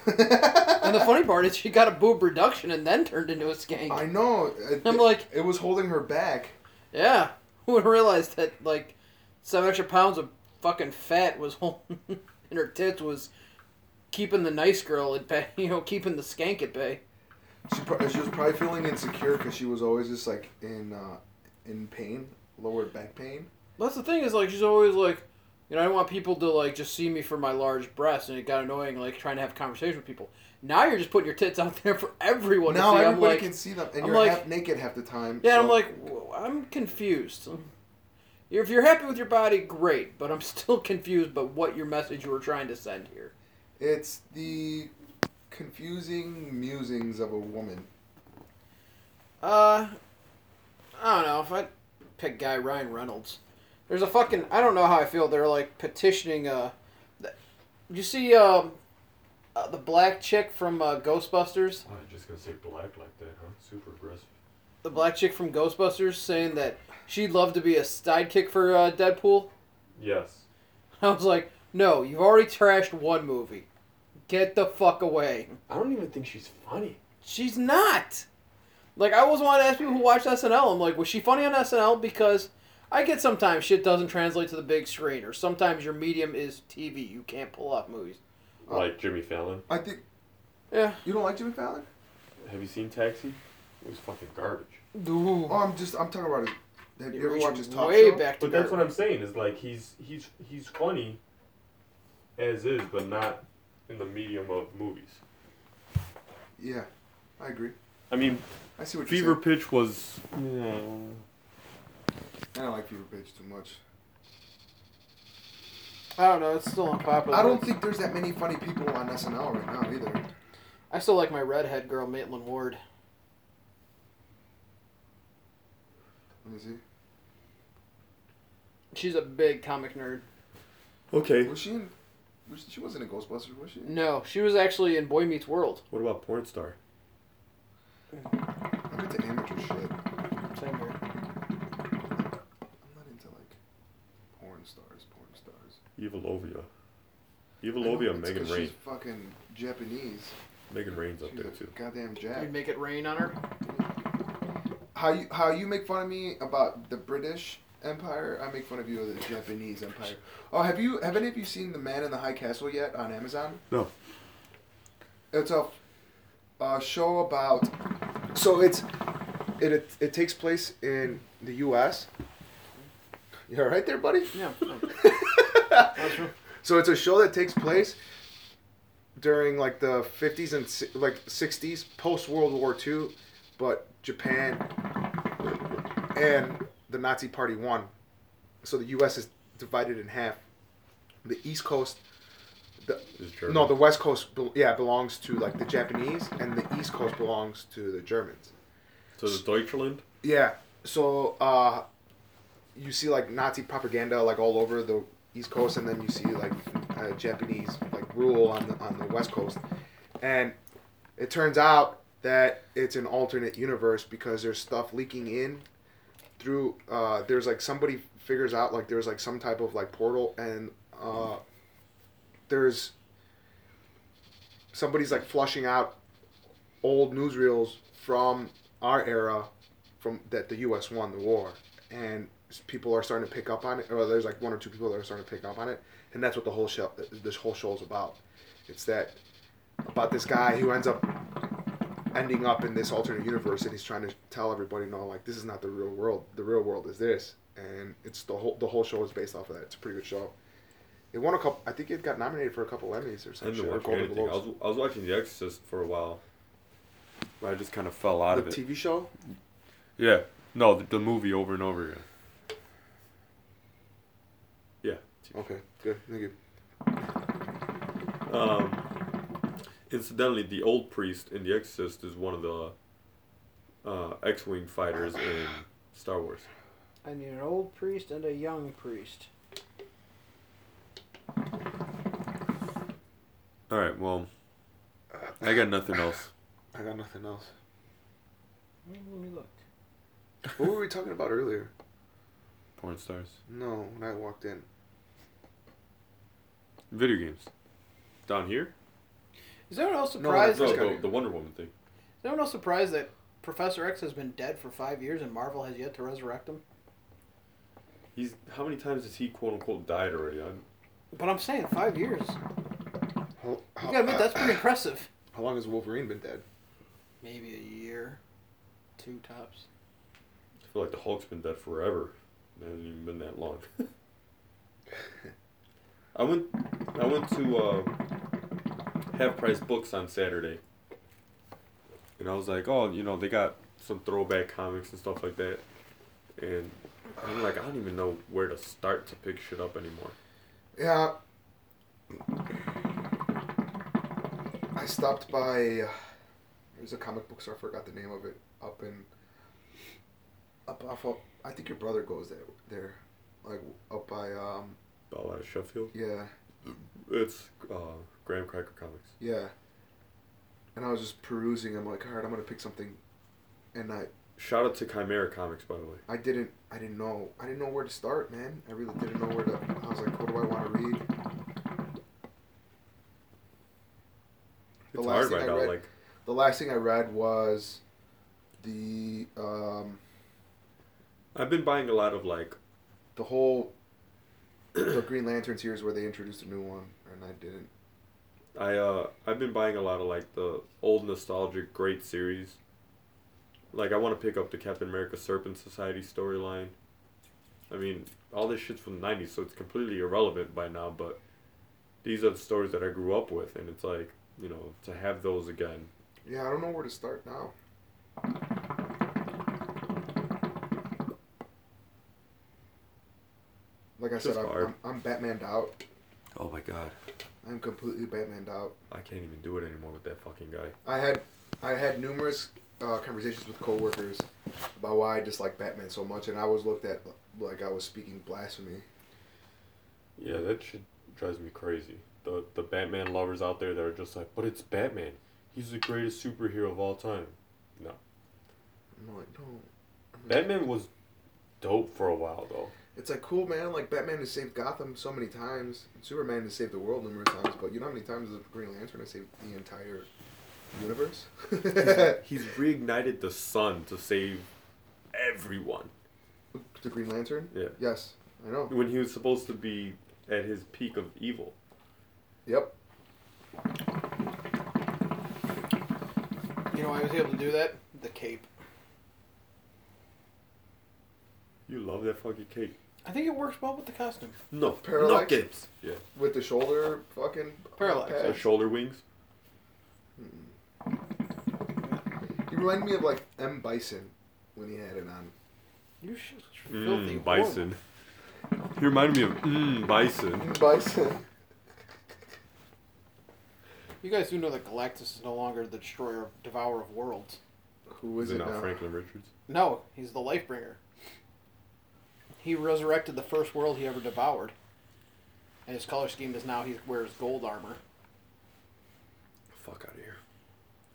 S1: and the funny part is she got a boob reduction and then turned into a skank.
S2: I know. It,
S1: I'm like-
S2: it was holding her back.
S1: Yeah. Who would realize that like seven extra pounds of fucking fat was holding in her tits was keeping the nice girl at bay, you know, keeping the skank at bay.
S2: She, pro- she was probably feeling insecure because she was always just like in uh, in pain, lower back pain.
S1: That's the thing is like she's always like, you know, I don't want people to like just see me for my large breasts, and it got annoying like trying to have a conversation with people. Now you're just putting your tits out there for everyone
S2: now
S1: to see. I'm
S2: everybody
S1: like,
S2: can see them, and
S1: I'm
S2: you're
S1: like-
S2: half naked half the time.
S1: yeah,
S2: so-
S1: I'm like, w- I'm confused. If you're happy with your body, great, but I'm still confused about what your message you were trying to send here.
S2: it's the confusing musings of a woman.
S1: Uh, I don't know if I pick guy Ryan Reynolds. There's a fucking I don't know how I feel. They're like petitioning. Uh, th- you see, um, uh, the black chick from uh, Ghostbusters,
S3: I'm just gonna say black like that, huh? Super aggressive.
S1: the black chick from Ghostbusters, saying that she'd love to be a sidekick for uh, Deadpool.
S3: Yes.
S1: I was like, no, you've already trashed one movie. Get the fuck away.
S3: I don't even think she's funny.
S1: She's not. Like I always want to ask people who watch SNL. I'm like, was she funny on SNL? Because I get sometimes shit doesn't translate to the big screen, or sometimes your medium is TV. You can't pull off movies.
S2: Uh,
S3: Like Jimmy Fallon.
S2: I think
S1: Yeah.
S2: you don't like Jimmy Fallon.
S3: Have you seen Taxi? It was fucking garbage.
S1: Ooh.
S2: Oh, I'm just I'm talking about his. Have you
S1: You're
S2: ever
S1: reaching
S2: watched his talk
S1: way
S2: show?
S1: back to
S3: But that's
S1: dirt.
S3: what I'm saying is like he's he's he's funny as is, but not in the medium of movies.
S2: Yeah, I agree.
S3: I mean,
S2: I see what you're
S3: Fever
S2: saying.
S3: Pitch was
S2: I don't like Fever Pitch too much.
S1: I don't know. It's still unpopular.
S2: I don't think there's that many funny people on SNL right now either.
S1: I still like my redhead girl, Maitland Ward.
S2: Let me see.
S1: She's a big comic nerd.
S3: okay.
S2: Was she in? Was, she wasn't in Ghostbusters, was she?
S1: No, she was actually in Boy Meets World.
S3: What about porn star?
S2: I'm into amateur shit. I'm
S1: Same here.
S2: not into like porn stars, porn stars.
S3: Eva Lovia. Eva Lovia,
S2: It's
S3: Megan
S2: 'cause
S3: Rain.
S2: She's fucking Japanese.
S3: Megan Rain's up
S2: She's
S3: there
S2: a
S3: too.
S2: goddamn
S1: You
S2: Jap.
S1: make it rain on her.
S2: How you how you make fun of me about the British Empire? I make fun of you of the Japanese Empire. Oh, have you have any of you seen The Man in the High Castle yet on Amazon?
S3: No.
S2: It's a, a show about
S11: So it's it, it it takes place in the U.S. You all right there, buddy?
S1: Yeah.
S11: So it's a show that takes place during like the 50s and si- like 60s, post World War II, but Japan and the Nazi Party won. So the U.S. is divided in half. The East Coast, the,
S3: Is German.
S11: no, the West Coast, bel yeah, belongs to like the Japanese, and the East Coast belongs to the Germans.
S3: So the Deutschland.
S11: Yeah. So uh, you see like Nazi propaganda like all over the East Coast, and then you see like uh, Japanese like rule on the on the West Coast, and it turns out that it's an alternate universe because there's stuff leaking in through. Uh, there's like somebody figures out like there's like some type of like portal, and uh, there's somebody's like flushing out old newsreels from our era from that the U.S. won the war, and s- people are starting to pick up on it. Or there's like one or two people that are starting to pick up on it, and that's what the whole show, this whole show is about. It's that about this guy who ends up ending up in this alternate universe, and he's trying to tell everybody, no, like this is not the real world. The real world is this, and it's the whole the whole show is based off of that. It's a pretty good show. It won a couple. I think it got nominated for a couple Emmys or
S3: I didn't
S11: something.
S3: watch anything. I was, I was watching The Exorcist for a while, but I just kind of fell out
S11: The
S3: of it.
S11: TV show.
S3: Yeah. No, the, the movie over and over again. Yeah.
S11: Okay, good. Thank you.
S3: Um, incidentally, the old priest in The Exorcist is one of the uh, X-wing fighters in Star Wars.
S1: I need an old priest and a young priest.
S3: All right. Well, I got nothing else.
S11: I got nothing else.
S1: Let me look.
S11: What were we talking about earlier?
S3: Porn stars,
S11: No, when I walked in.
S3: video games. Down here?
S1: Is anyone else
S11: No, that's
S1: surprised?
S3: No,
S11: Just
S3: the,
S11: gotta-
S3: the Wonder Woman thing.
S1: Is anyone else surprised that Professor X has been dead for five years and Marvel has yet to resurrect him?
S3: He's how many times has he quote unquote died already? I'm,
S1: But I'm saying five years.
S11: How,
S1: You gotta admit that's pretty impressive.
S11: how long has Wolverine been dead?
S1: Maybe a year, two tops.
S3: I feel like the Hulk's been dead forever. It hasn't even been that long. I went, I went to uh, Half Price Books on Saturday, and I was like, oh, you know, they got some throwback comics and stuff like that, and I'm like, I don't even know where to start to pick shit up anymore.
S2: Yeah. I stopped by. Uh, there's a comic book store. I forgot the name of it. Up in. Up off up. I think your brother goes there. There, like up by. Um.
S3: Bought a lot of Sheffield.
S2: Yeah.
S3: It's uh, Graham Cracker comics.
S2: Yeah. And I was just perusing. I'm like, all right, I'm gonna pick something. And I,
S3: Shout out to Chimera Comics, by the way.
S2: I didn't, I didn't know, I didn't know where to start, man. I really didn't know where to. I was like, what do I want to read? The
S3: It's
S2: last
S3: hard
S2: thing
S3: right
S2: I
S3: now.
S2: read-
S3: Like,
S2: The last thing I read was the um,
S3: I've been buying a lot of like
S2: the whole the Green Lantern series where they introduced a new one, and I didn't.
S3: I uh I've been buying a lot of like the old nostalgic great series. Like I want to pick up the Captain America Serpent Society storyline. I mean, all this shit's from the '90s, so it's completely irrelevant by now. But these are the stories that I grew up with, and it's like you know to have those again.
S2: Yeah, I don't know where to start now. Like I
S3: Just
S2: said, I'm,
S3: hard.
S2: I'm, I'm Batmaned out.
S3: Oh my god,
S2: I'm completely Batmaned out.
S3: I can't even do it anymore with that fucking guy.
S2: I had I had numerous uh, conversations with coworkers about why I dislike Batman so much, and I was looked at like I was speaking blasphemy.
S3: Yeah, that shit drives me crazy. The the Batman lovers out there that are just like, but it's Batman. He's the greatest superhero of all time.
S2: I'm like, no.
S3: Batman was dope for a while though.
S2: It's like cool, man. Like Batman has saved Gotham so many times, and Superman has saved the world numerous times. But you know how many times the Green Lantern has saved the entire universe? the
S3: He's reignited the sun to save everyone.
S2: Green Lantern?
S3: Yeah.
S2: Yes, I know.
S3: When he was supposed to be at his peak of evil.
S2: Yep.
S1: You know, why I was able to do that. The cape.
S3: You love that fucking cape.
S1: I think it works well with the costume.
S3: No,
S2: Parallax?
S3: no capes. Yeah.
S2: With the shoulder fucking
S1: Parallax.
S2: pads.
S3: So shoulder wings.
S2: You remind me of like M Bison when he had it on.
S1: You should filthy
S3: Mmm,
S1: whore.
S3: bison. He reminded me of mmm, bison.
S2: M Bison.
S1: You guys do know that Galactus is no longer the destroyer, devourer of worlds.
S2: Who is it,
S3: not
S2: now?
S3: Franklin Richards?
S1: No, he's the life bringer. He resurrected the first world he ever devoured. And his color scheme is now he wears gold armor.
S3: Fuck out of here.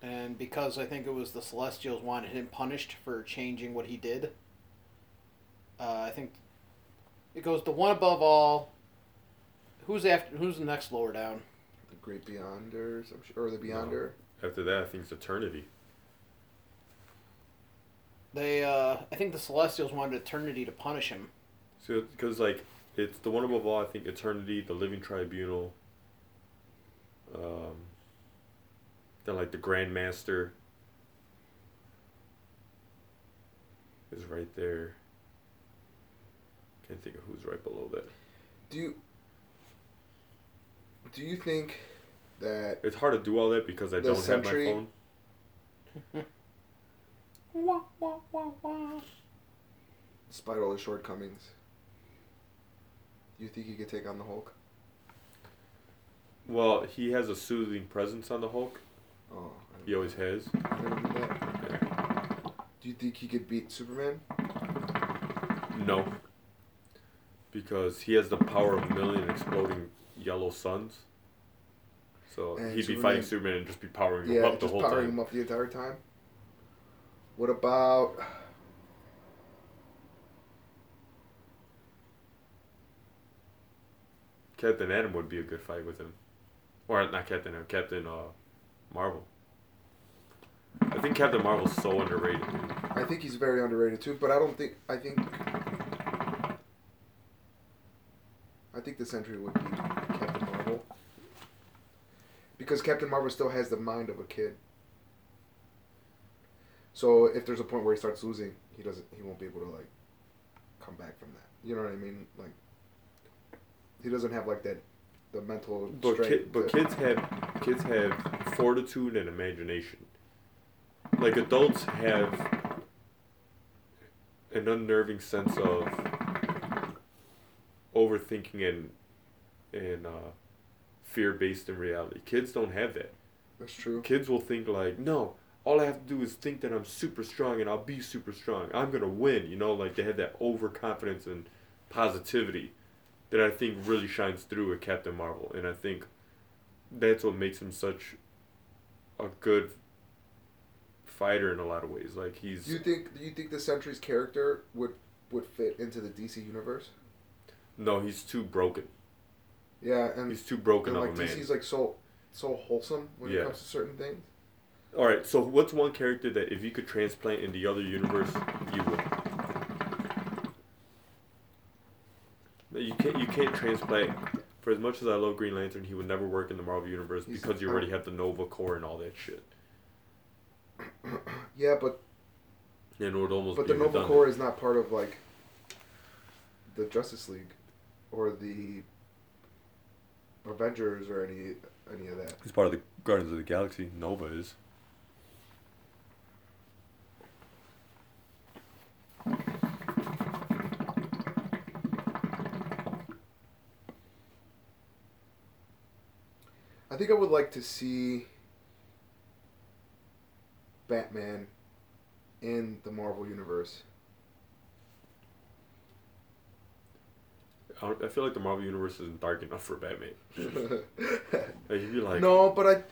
S1: And because I think it was the Celestials wanted him punished for changing what he did, uh, I think it goes the one above all. Who's after? Who's the next lower down?
S2: The Great Beyonder, or, some sh- or the Beyonder.
S3: After that, I think it's eternity.
S1: They, uh, I think the Celestials wanted eternity to punish him.
S3: So, because like it's the one above all, I think Eternity, the Living Tribunal, um, then like the Grand Master is right there. Can't think of who's right below that.
S2: Do you do you think that
S3: It's hard to do all that because I
S2: The
S3: don't
S2: Sentry-
S3: have my phone.
S1: Wah, wah, wah, wah.
S2: despite all his shortcomings, you think he could take on the Hulk?
S3: Well, he has a soothing presence on the Hulk.
S2: Oh,
S3: He always has.
S2: I didn't know that. Do you think he could beat Superman?
S3: No. Because he has the power of a million exploding yellow suns. So
S2: And
S3: he'd be
S2: Superman-
S3: fighting Superman and just be powering him
S2: Yeah,
S3: up the
S2: just
S3: whole
S2: powering
S3: time.
S2: him up the entire time. What about?
S3: Captain Adam would be a good fight with him. Or not Captain Adam, Captain uh, Marvel. I think Captain Marvel's so underrated. dude.
S2: I think he's very underrated too, but I don't think I think I think the Sentry would be Captain Marvel because Captain Marvel still has the mind of a kid. So if there's a point where he starts losing, he doesn't he won't be able to like come back from that. You know what I mean? Like he doesn't have like that the mental
S3: But,
S2: strength.
S3: kid, but
S2: to-
S3: kids have kids have fortitude and imagination. Like adults have an unnerving sense of overthinking and and uh, fear based in reality. Kids don't have that.
S2: that's true.
S3: Kids will think like, no, all I have to do is think that I'm super strong and I'll be super strong. I'm gonna win. You know, like they have that overconfidence and positivity that I think really shines through with Captain Marvel, and I think that's what makes him such a good fighter in a lot of ways. Like he's
S2: Do you think do you think the Sentry's character would would fit into the DC universe?
S3: no, he's too broken.
S2: Yeah, and
S3: He's too broken
S2: And
S3: of
S2: like
S3: a man.
S2: DC's like so so wholesome when
S3: Yeah.
S2: it comes to certain things.
S3: All right, so what's one character that if you could transplant in the other universe, you would? No, You can't. You can't transplant. For as much as I love Green Lantern, he would never work in the Marvel universe
S2: He's-
S3: because you already have the Nova Corps and all that shit.
S2: Yeah, but
S3: And it would almost
S2: but
S3: be
S2: the Nova
S3: redundant.
S2: Corps is not part of like the Justice League or the Avengers or any any of that.
S3: He's part of the Guardians of the Galaxy. Nova is.
S2: I think I would like to see Batman in the Marvel universe.
S3: I, don't- I feel like the Marvel universe isn't dark enough for Batman. Like, he'd be like,
S2: no, but I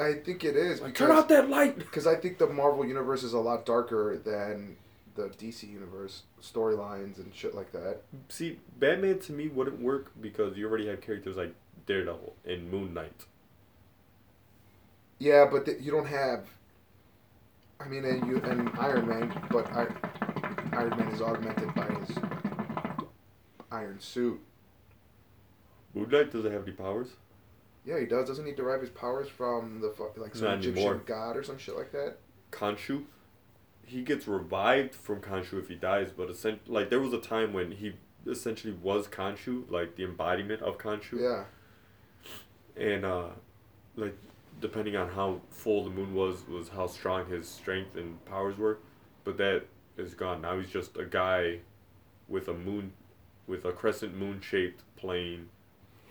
S2: I think it is
S3: like,
S2: because
S3: turn out that light.
S2: Because I think the Marvel universe is a lot darker than the DC universe storylines and shit like that.
S3: See, Batman to me wouldn't work because you already have characters like Daredevil and Moon Knight.
S2: Yeah, but th- you don't have. I mean, and you and Iron Man, but I, Iron Man is augmented by his iron suit.
S3: Moon Knight doesn't have any powers.
S2: Yeah, he does. Doesn't he derive his powers from the fu- like some
S3: Not
S2: Egyptian
S3: anymore.
S2: god or some shit like that?
S3: Khonshu, he gets revived from Khonshu if he dies, but essentially, like there was a time when he essentially was Khonshu, like the embodiment of Khonshu,
S2: Yeah,
S3: and uh, like depending on how full the moon was, was how strong his strength and powers were, but that is gone. Now he's just a guy with a moon, with a crescent moon shaped plane.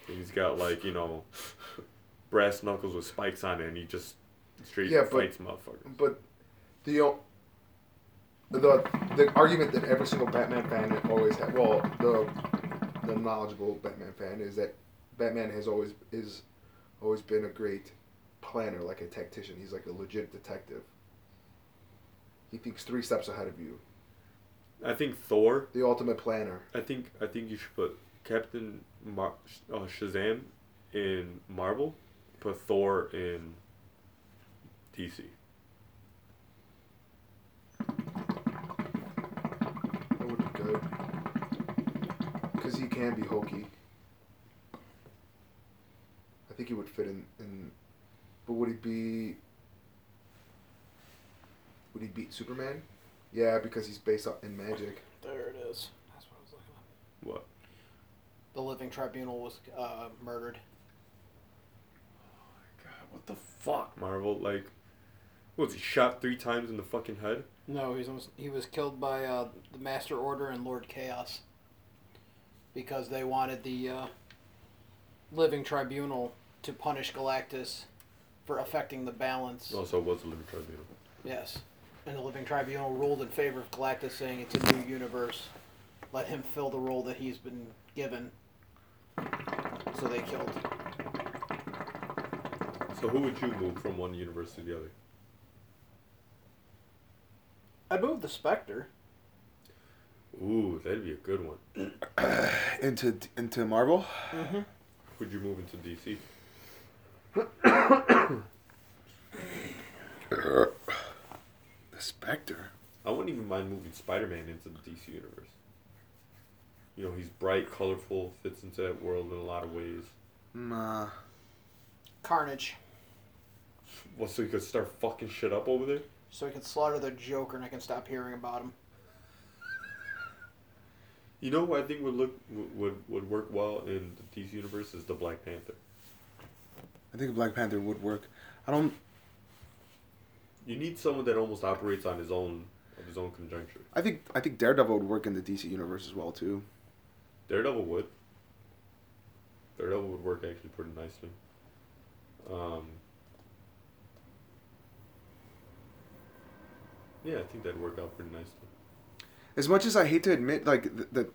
S3: And he's got like you know, brass knuckles with spikes on it, and he just straight
S2: Yeah, but-
S3: fights motherfuckers.
S2: but the o- the the argument that every single Batman fan always had, well, the the knowledgeable Batman fan is that Batman has always is always been a great planner, like a tactician. He's like a legit detective. He thinks three steps ahead of you.
S3: I think Thor
S2: The ultimate planner.
S3: I think I think you should put Captain Mar- Sh- uh, Shazam in Marvel, put Thor in DC.
S2: because he can be hokey. I think he would fit in, in. But would he be? Would he beat Superman? Yeah, because he's based on in magic.
S1: There it is. That's what I was looking at.
S3: What?
S1: The Living Tribunal was uh, murdered.
S7: God, what the fuck?
S3: Marvel, like, what was he shot three times in the fucking head?
S1: No, he was almost- he was killed by uh, the Master Order and Lord Chaos because they wanted the uh, Living Tribunal to punish Galactus for affecting the balance.
S3: Also, it was the Living Tribunal.
S1: Yes, and the Living Tribunal ruled in favor of Galactus, saying it's a new universe. Let him fill the role that he's been given. So they killed.
S3: So who would you move from one universe to the other?
S1: I moved the Spectre.
S3: Ooh, that'd be a good one.
S11: into into Marvel.
S3: Who'd you move into DC?
S11: The Spectre.
S3: I wouldn't even mind moving Spider-Man into the DC universe. You know, he's bright, colorful, fits into that world in a lot of ways.
S11: Nah.
S1: Carnage.
S3: Well, so he could start fucking shit up over there.
S1: So I can slaughter the Joker and I can stop hearing about him.
S3: You know who I think would look would- would would work well in the DC universe is the Black Panther.
S11: I think Black Panther would work. I don't.
S3: You need someone that almost operates on his own of his own conjuncture.
S11: I think I think Daredevil would work in the DC universe as well too.
S3: Daredevil would. Daredevil would work actually pretty nicely. Um, yeah, I think that'd work out pretty nicely.
S11: As much as I hate to admit, like the, the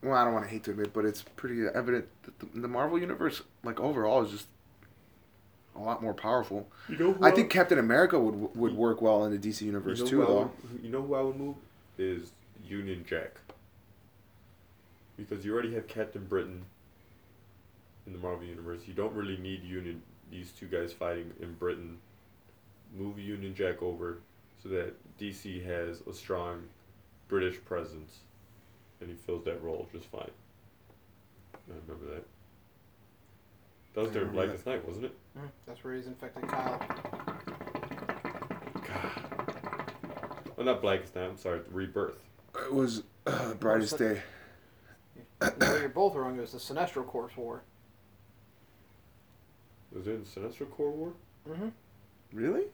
S11: well, I don't want to hate to admit, but it's pretty evident that the, the Marvel universe, like overall, is just a lot more powerful.
S3: You know who
S11: I think Captain America would would work well in the DC
S3: you
S11: universe
S3: know
S11: too,
S3: who I
S11: though.
S3: would- you know who I would move is Union Jack. Because you already have Captain Britain in the Marvel universe. You don't really need Union these two guys fighting in Britain. Move Union Jack over so that DC has a strong British presence and he fills that role just fine. I remember that. That was
S11: I
S3: during
S11: remember
S3: Blackest Night, wasn't it?
S1: Hmm, That's where he's infected Kyle.
S3: Oh, not Blackest Night. I'm sorry, Rebirth.
S11: It was uh, brightest day.
S1: well, you're both wrong. It was the Sinestro Corps War.
S3: Was it in the Sinestro Corps War?
S1: Mm-hmm.
S11: Really?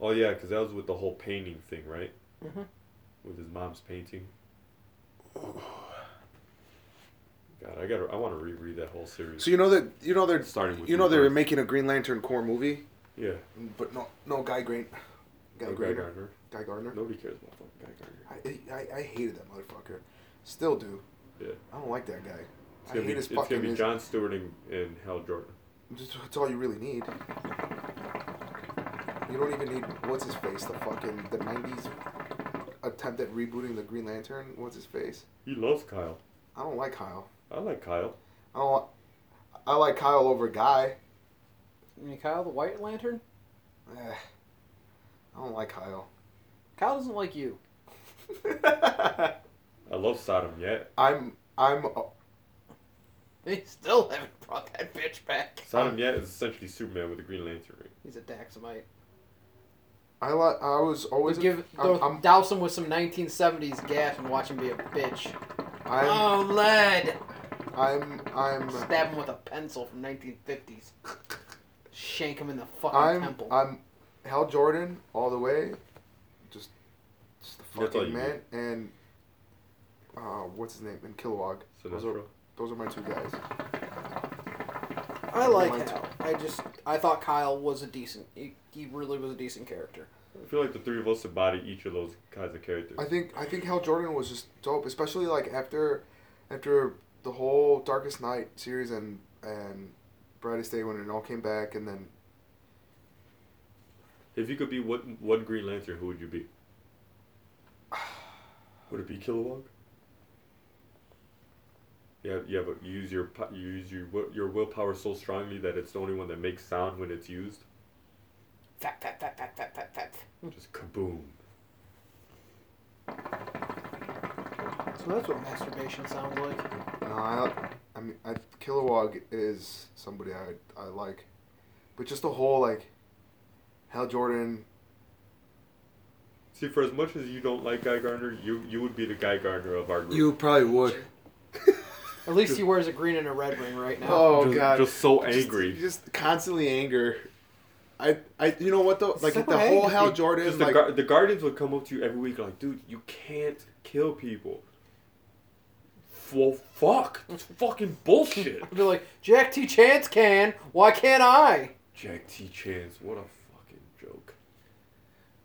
S3: Oh yeah, because that was with the whole painting thing, right?
S1: Mhm.
S3: With his mom's painting. God, I gotta. I want to reread that whole series.
S11: So you know that you know they're
S3: starting with
S11: you know they were
S3: Rebirth.
S11: making a Green Lantern core movie.
S3: yeah.
S2: But no, no Guy Grant. Guy
S3: Oh, Guy
S2: Gardner.
S3: Gardner.
S2: Guy Gardner.
S3: Nobody cares about fucking Guy Gardner.
S2: I, I I hated that motherfucker. Still do.
S3: Yeah.
S2: I don't like that guy.
S3: It's
S2: I
S3: gonna
S2: hate
S3: be,
S2: his
S3: it's gonna
S2: fucking.
S3: be
S2: It's,
S3: John Stewart and, and Hal Jordan.
S2: it's all you really need. You don't even need what's his face. The fucking the '90s attempt at rebooting the Green Lantern. What's his face?
S3: He loves Kyle.
S2: I don't like Kyle.
S3: I like Kyle.
S2: I don't. li- I like Kyle over Guy.
S1: You mean Kyle the White Lantern?
S2: Eh, I don't like Kyle.
S1: Kyle doesn't like you.
S3: I love Sodom yet.
S2: I'm I'm uh,
S1: They still haven't brought that bitch back.
S3: Sodom yet is essentially Superman with a Green Lantern ring.
S1: He's a Daxamite.
S2: I like I was always
S1: Let's give
S2: I'm,
S1: they'll
S2: I'm,
S1: douse him with some 1970s gas and watch him be a bitch.
S2: I'm,
S1: oh, lead!
S2: I'm I'm
S1: Stab him with a pencil from 1950s. Shank him in the fucking
S2: I'm
S1: temple.
S2: I'm Hal Jordan all the way, just just the
S3: That's all
S2: fucking
S3: you
S2: man and uh what's his name and Kilowog. Those are
S3: Sinestro.
S2: those are my two guys.
S1: I like
S2: Mine
S1: Kyle. I just I thought Kyle was a decent. He, he really was a decent character.
S3: I feel like the three of us embody each of those kinds of characters.
S2: I think I think Hal Jordan was just dope, especially like after after the whole Darkest Night series and and Brightest Day when it all came back and then
S3: If you could be one, one Green Lantern, who would you be? Would it be Kilowog? Yeah, yeah, but you use your po- you use your wi- your willpower so strongly that it's the only one that makes sound when it's used. Hmm.
S1: Fat, fat, fat, fat, fat, fat, fat.
S3: Just kaboom.
S1: So that's what masturbation sounds like.
S2: No, I, I mean, I, Kilowog is somebody I I like, but just the whole like, Hal Jordan.
S3: See, for as much as you don't like Guy Gardner, you you would be the Guy Gardner of our group.
S16: You probably would.
S1: At least he wears a green and a red ring right now.
S16: Oh
S3: just,
S16: god.
S3: just so
S16: Just-
S3: angry.
S16: Just, constantly anger. I, I, you know what though? Like
S1: So
S16: the whole
S1: angry.
S16: Hal Jordan,
S3: Just the,
S16: like
S3: guar- the guardians would come up to you every week like, dude, you can't kill people. Well, fuck. That's fucking bullshit.
S1: I'd be like, Jack T. Chance can. Why can't I?
S3: Jack T. Chance, what a fucking joke.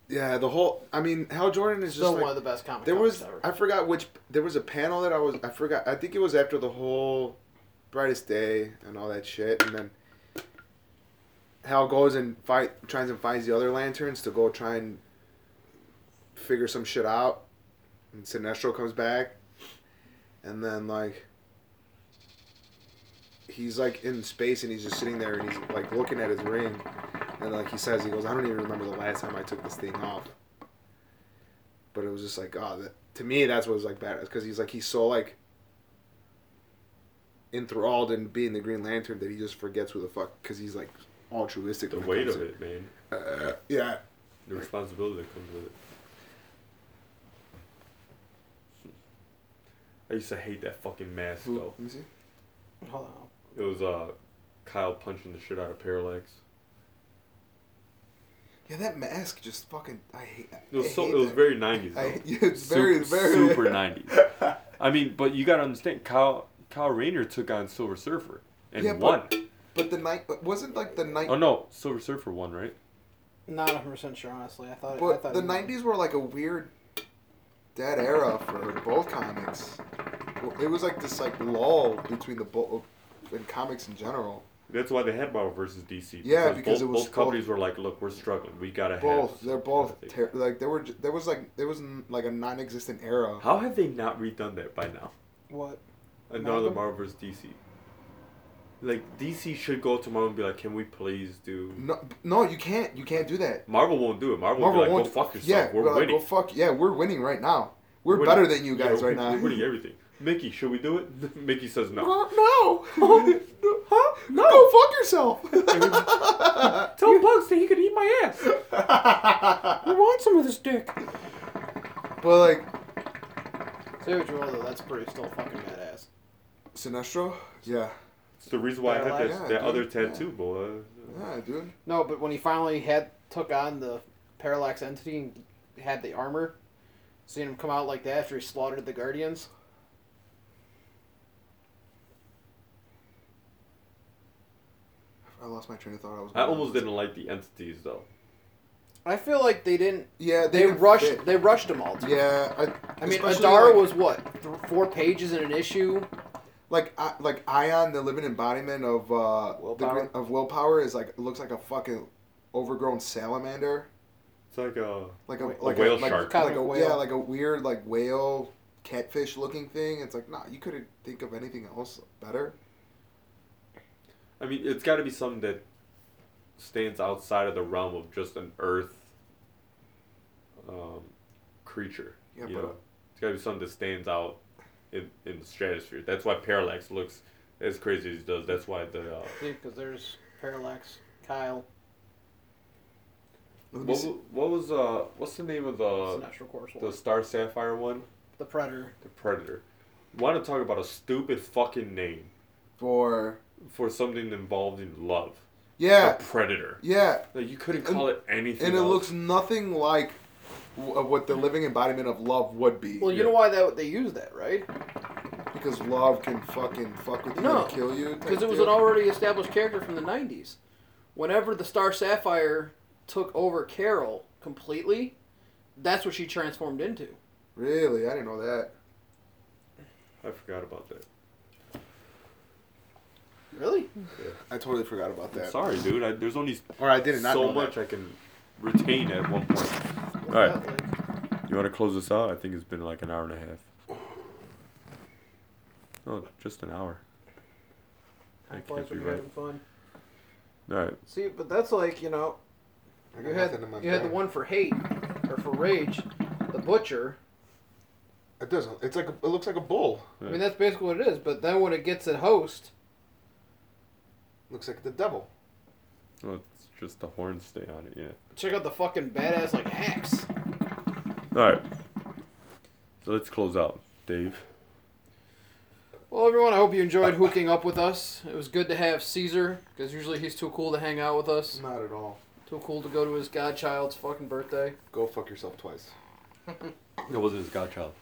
S16: yeah, the whole. I mean, Hal Jordan is just
S1: Still
S16: like,
S1: one of the best comic
S16: There
S1: covers
S16: was
S1: ever.
S16: I forgot which there was a panel that I was I forgot I think it was after the whole brightest day and all that shit and then Hal goes and fight tries and finds the other lanterns to go try and figure some shit out and Sinestro comes back and then like he's like in space and he's just sitting there and he's like looking at his ring and like he says he goes I don't even remember the last time I took this thing off but it was just like oh that, to me that's what was like badass because he's like he's so like enthralled in being the Green Lantern that he just forgets who the fuck because he's like altruistic.
S3: The
S16: when
S3: weight
S16: comes
S3: of
S16: to- Uh,
S3: it, man.
S16: Yeah,
S3: The responsibility that comes with it. I used to hate that fucking mask,
S16: Who-
S3: though.
S16: let me see.
S1: Hold on.
S3: It was uh, Kyle punching the shit out of Parallax.
S2: Yeah, that mask just fucking I hate.
S3: It was
S2: I
S3: so.
S2: hate
S3: It was
S2: that.
S3: very '90s. Though.
S2: I, it's
S3: Sup-
S2: very very
S3: super '90s. I mean, but you gotta understand, Kyle Kyle Rayner took on Silver Surfer and
S2: Yeah,
S3: won.
S2: but- But the night but wasn't like the night.
S3: Oh no, Silver Surfer won, right?
S1: Not 100 percent sure, honestly. I thought. I
S2: But
S1: thought
S2: the
S1: he was-
S2: nineties were like a weird dead era for both comics. It was like this like lull between the both and comics in general.
S3: That's why they had Marvel versus DC.
S2: Yeah, because
S3: both,
S2: it was
S3: both companies were like, "Look, we're struggling. We gotta
S2: Both
S3: have."
S2: they're both
S3: kind of thing."
S2: ter- like there were j- there was like there was n- like a non-existent era.
S3: How have they not redone that by now?
S1: What?
S3: Another
S1: Marvel?
S3: Marvel versus DC. Like DC should go to Marvel and be like, "Can we please do?"
S2: No, no, you can't you can't do that.
S3: Marvel won't do it. Marvel,
S2: Marvel
S3: will be like,
S2: won't.
S3: "Go fuck yourself.
S2: yeah,
S3: we're
S2: like,
S3: winning.
S2: go fuck. Yeah, we're winning right now. We're,
S3: We're
S2: better
S3: winning.
S2: than you guys
S3: Yeah,
S2: right
S3: we're-
S2: now.
S3: We're winning everything. Mickey, should we do it? Mickey says no.
S2: no. huh? No. Go fuck yourself.
S3: Tell Bugs that he could eat my ass.
S1: I want some of this dick.
S2: but like
S1: Say what you will, though. That's pretty still fucking badass.
S2: Sinestro, yeah,
S3: It's the reason why I had
S1: Parallax.
S3: that,
S2: Yeah,
S3: that other
S2: dude, yeah.
S3: tattoo, boy.
S2: yeah, dude.
S1: No, but when he finally had took on the Parallax entity and had the armor, seeing him come out like that after he slaughtered the Guardians.
S2: I lost my train of thought. I was.
S3: I almost didn't like the entities though.
S1: I feel like they didn't.
S2: Yeah,
S1: They,
S2: they, didn't
S1: rushed.
S2: fit.
S1: They rushed them all. To
S2: Yeah, I,
S1: I mean,
S2: especially,
S1: Adara
S2: like,
S1: was what th- four pages in an issue.
S2: like I, like Ion, the living embodiment of uh the
S1: Willpower.
S2: green, of willpower is like looks like a fucking overgrown salamander,
S3: It's like uh
S2: like a
S1: Wait,
S2: like
S3: whale
S2: like,
S3: shark.
S2: like
S1: Kind of
S2: a
S1: whale.
S2: yeah, like a weird like whale catfish looking thing. It's like nah, you couldn't think of anything else better.
S3: I mean, it's got to be something that stands outside of the realm of just an Earth um, creature.
S2: Yeah,
S3: you
S2: but-
S3: know? it's got to be something that stands out in, in the stratosphere. That's why Parallax looks as crazy as he does. That's why the uh,
S1: Because there's Parallax, Kyle,
S2: Let me
S3: what,
S2: see.
S3: wa- what was uh what's the name of the
S1: Sinestro Corps,
S3: the
S1: War,
S3: Star Sapphire one?
S1: the Predator.
S3: The Predator. Want to talk about a stupid fucking name
S2: for
S3: for something involved in love?
S2: yeah
S3: The Predator.
S2: yeah,
S3: Like you couldn't
S2: And-
S3: call it anything.
S2: and it
S3: else.
S2: looks nothing like w- what the living embodiment of love would be
S1: Well, you
S3: Yeah.
S1: know why that they used that, right?
S2: because love can fucking fuck with you
S1: No,
S2: and kill you. type
S1: Because it was an
S2: deal.
S1: already established character from the 90s. Whenever the Star Sapphire took over Carol completely, that's what she transformed into.
S2: really I didn't know that.
S3: I forgot about that.
S1: Really?
S2: I totally forgot about
S3: I'm
S2: that.
S3: sorry, dude. I, there's only
S16: or I didn't not
S3: so
S16: know
S3: much
S16: That.
S3: I can retain at one point. All right, you want to close this out? I think it's been like an hour and a half. Oh, just an hour. I can't be right.
S1: fun.
S3: All right.
S1: See, but that's like, you know,
S2: I got
S1: you had,
S2: nothing in my
S1: you had the
S2: bag.
S1: one for hate, or for rage, the butcher,
S11: It doesn't. It's like a, it looks like a bull.
S1: I mean, that's basically what it is. But then when it gets at host,
S11: Looks like the devil.
S3: Well, it's just the horns stay on it, yeah.
S1: check out the fucking badass like axe.
S3: All right. So let's close out, Dave.
S1: Well, everyone, I hope you enjoyed hooking up with us. It was good to have Caesar because usually he's too cool to hang out with us.
S11: Not at all.
S1: Too cool to go to his godchild's fucking birthday.
S11: Go fuck yourself twice.
S3: It was his godchild.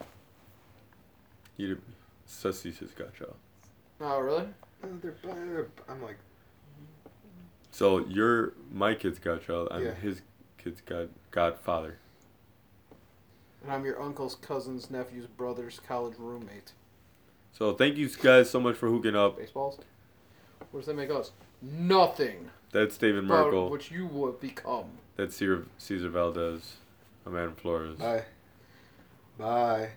S3: You did Sussy's his godchild.
S1: Oh, really?
S11: Uh, they're- they're- I'm like,
S3: So you're my kid's godchild. I'm
S11: Yeah.
S3: his kid's god godfather.
S1: And I'm your uncle's cousin's nephew's brother's college roommate.
S3: So thank you guys so much for hooking up.
S1: Baseballs. What does that make us? Nothing.
S3: That's David
S1: About
S3: Merkel.
S1: what you would become.
S3: That's Cesar, Cesar Valdez. I'm Adam Flores.
S1: Uh,
S11: bye. Bye.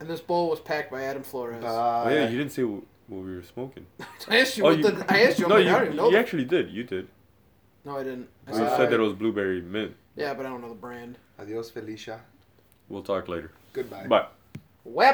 S1: And this bowl was packed by Adam Flores.
S3: Oh,
S11: Bye.
S3: yeah, you didn't say what, what we were smoking.
S1: I asked you.
S3: Oh,
S1: what
S3: you-
S1: the, I asked you. I'm
S3: no,
S1: like,
S3: you,
S1: I don't even know. Uh,
S3: you
S1: the-
S3: actually did. You did.
S1: no, I didn't. I
S3: You
S1: said,
S3: said that it was blueberry mint.
S1: yeah, but I don't know the brand.
S11: Adios, Felicia.
S3: We'll talk later.
S11: Goodbye.
S3: Bye.
S1: Web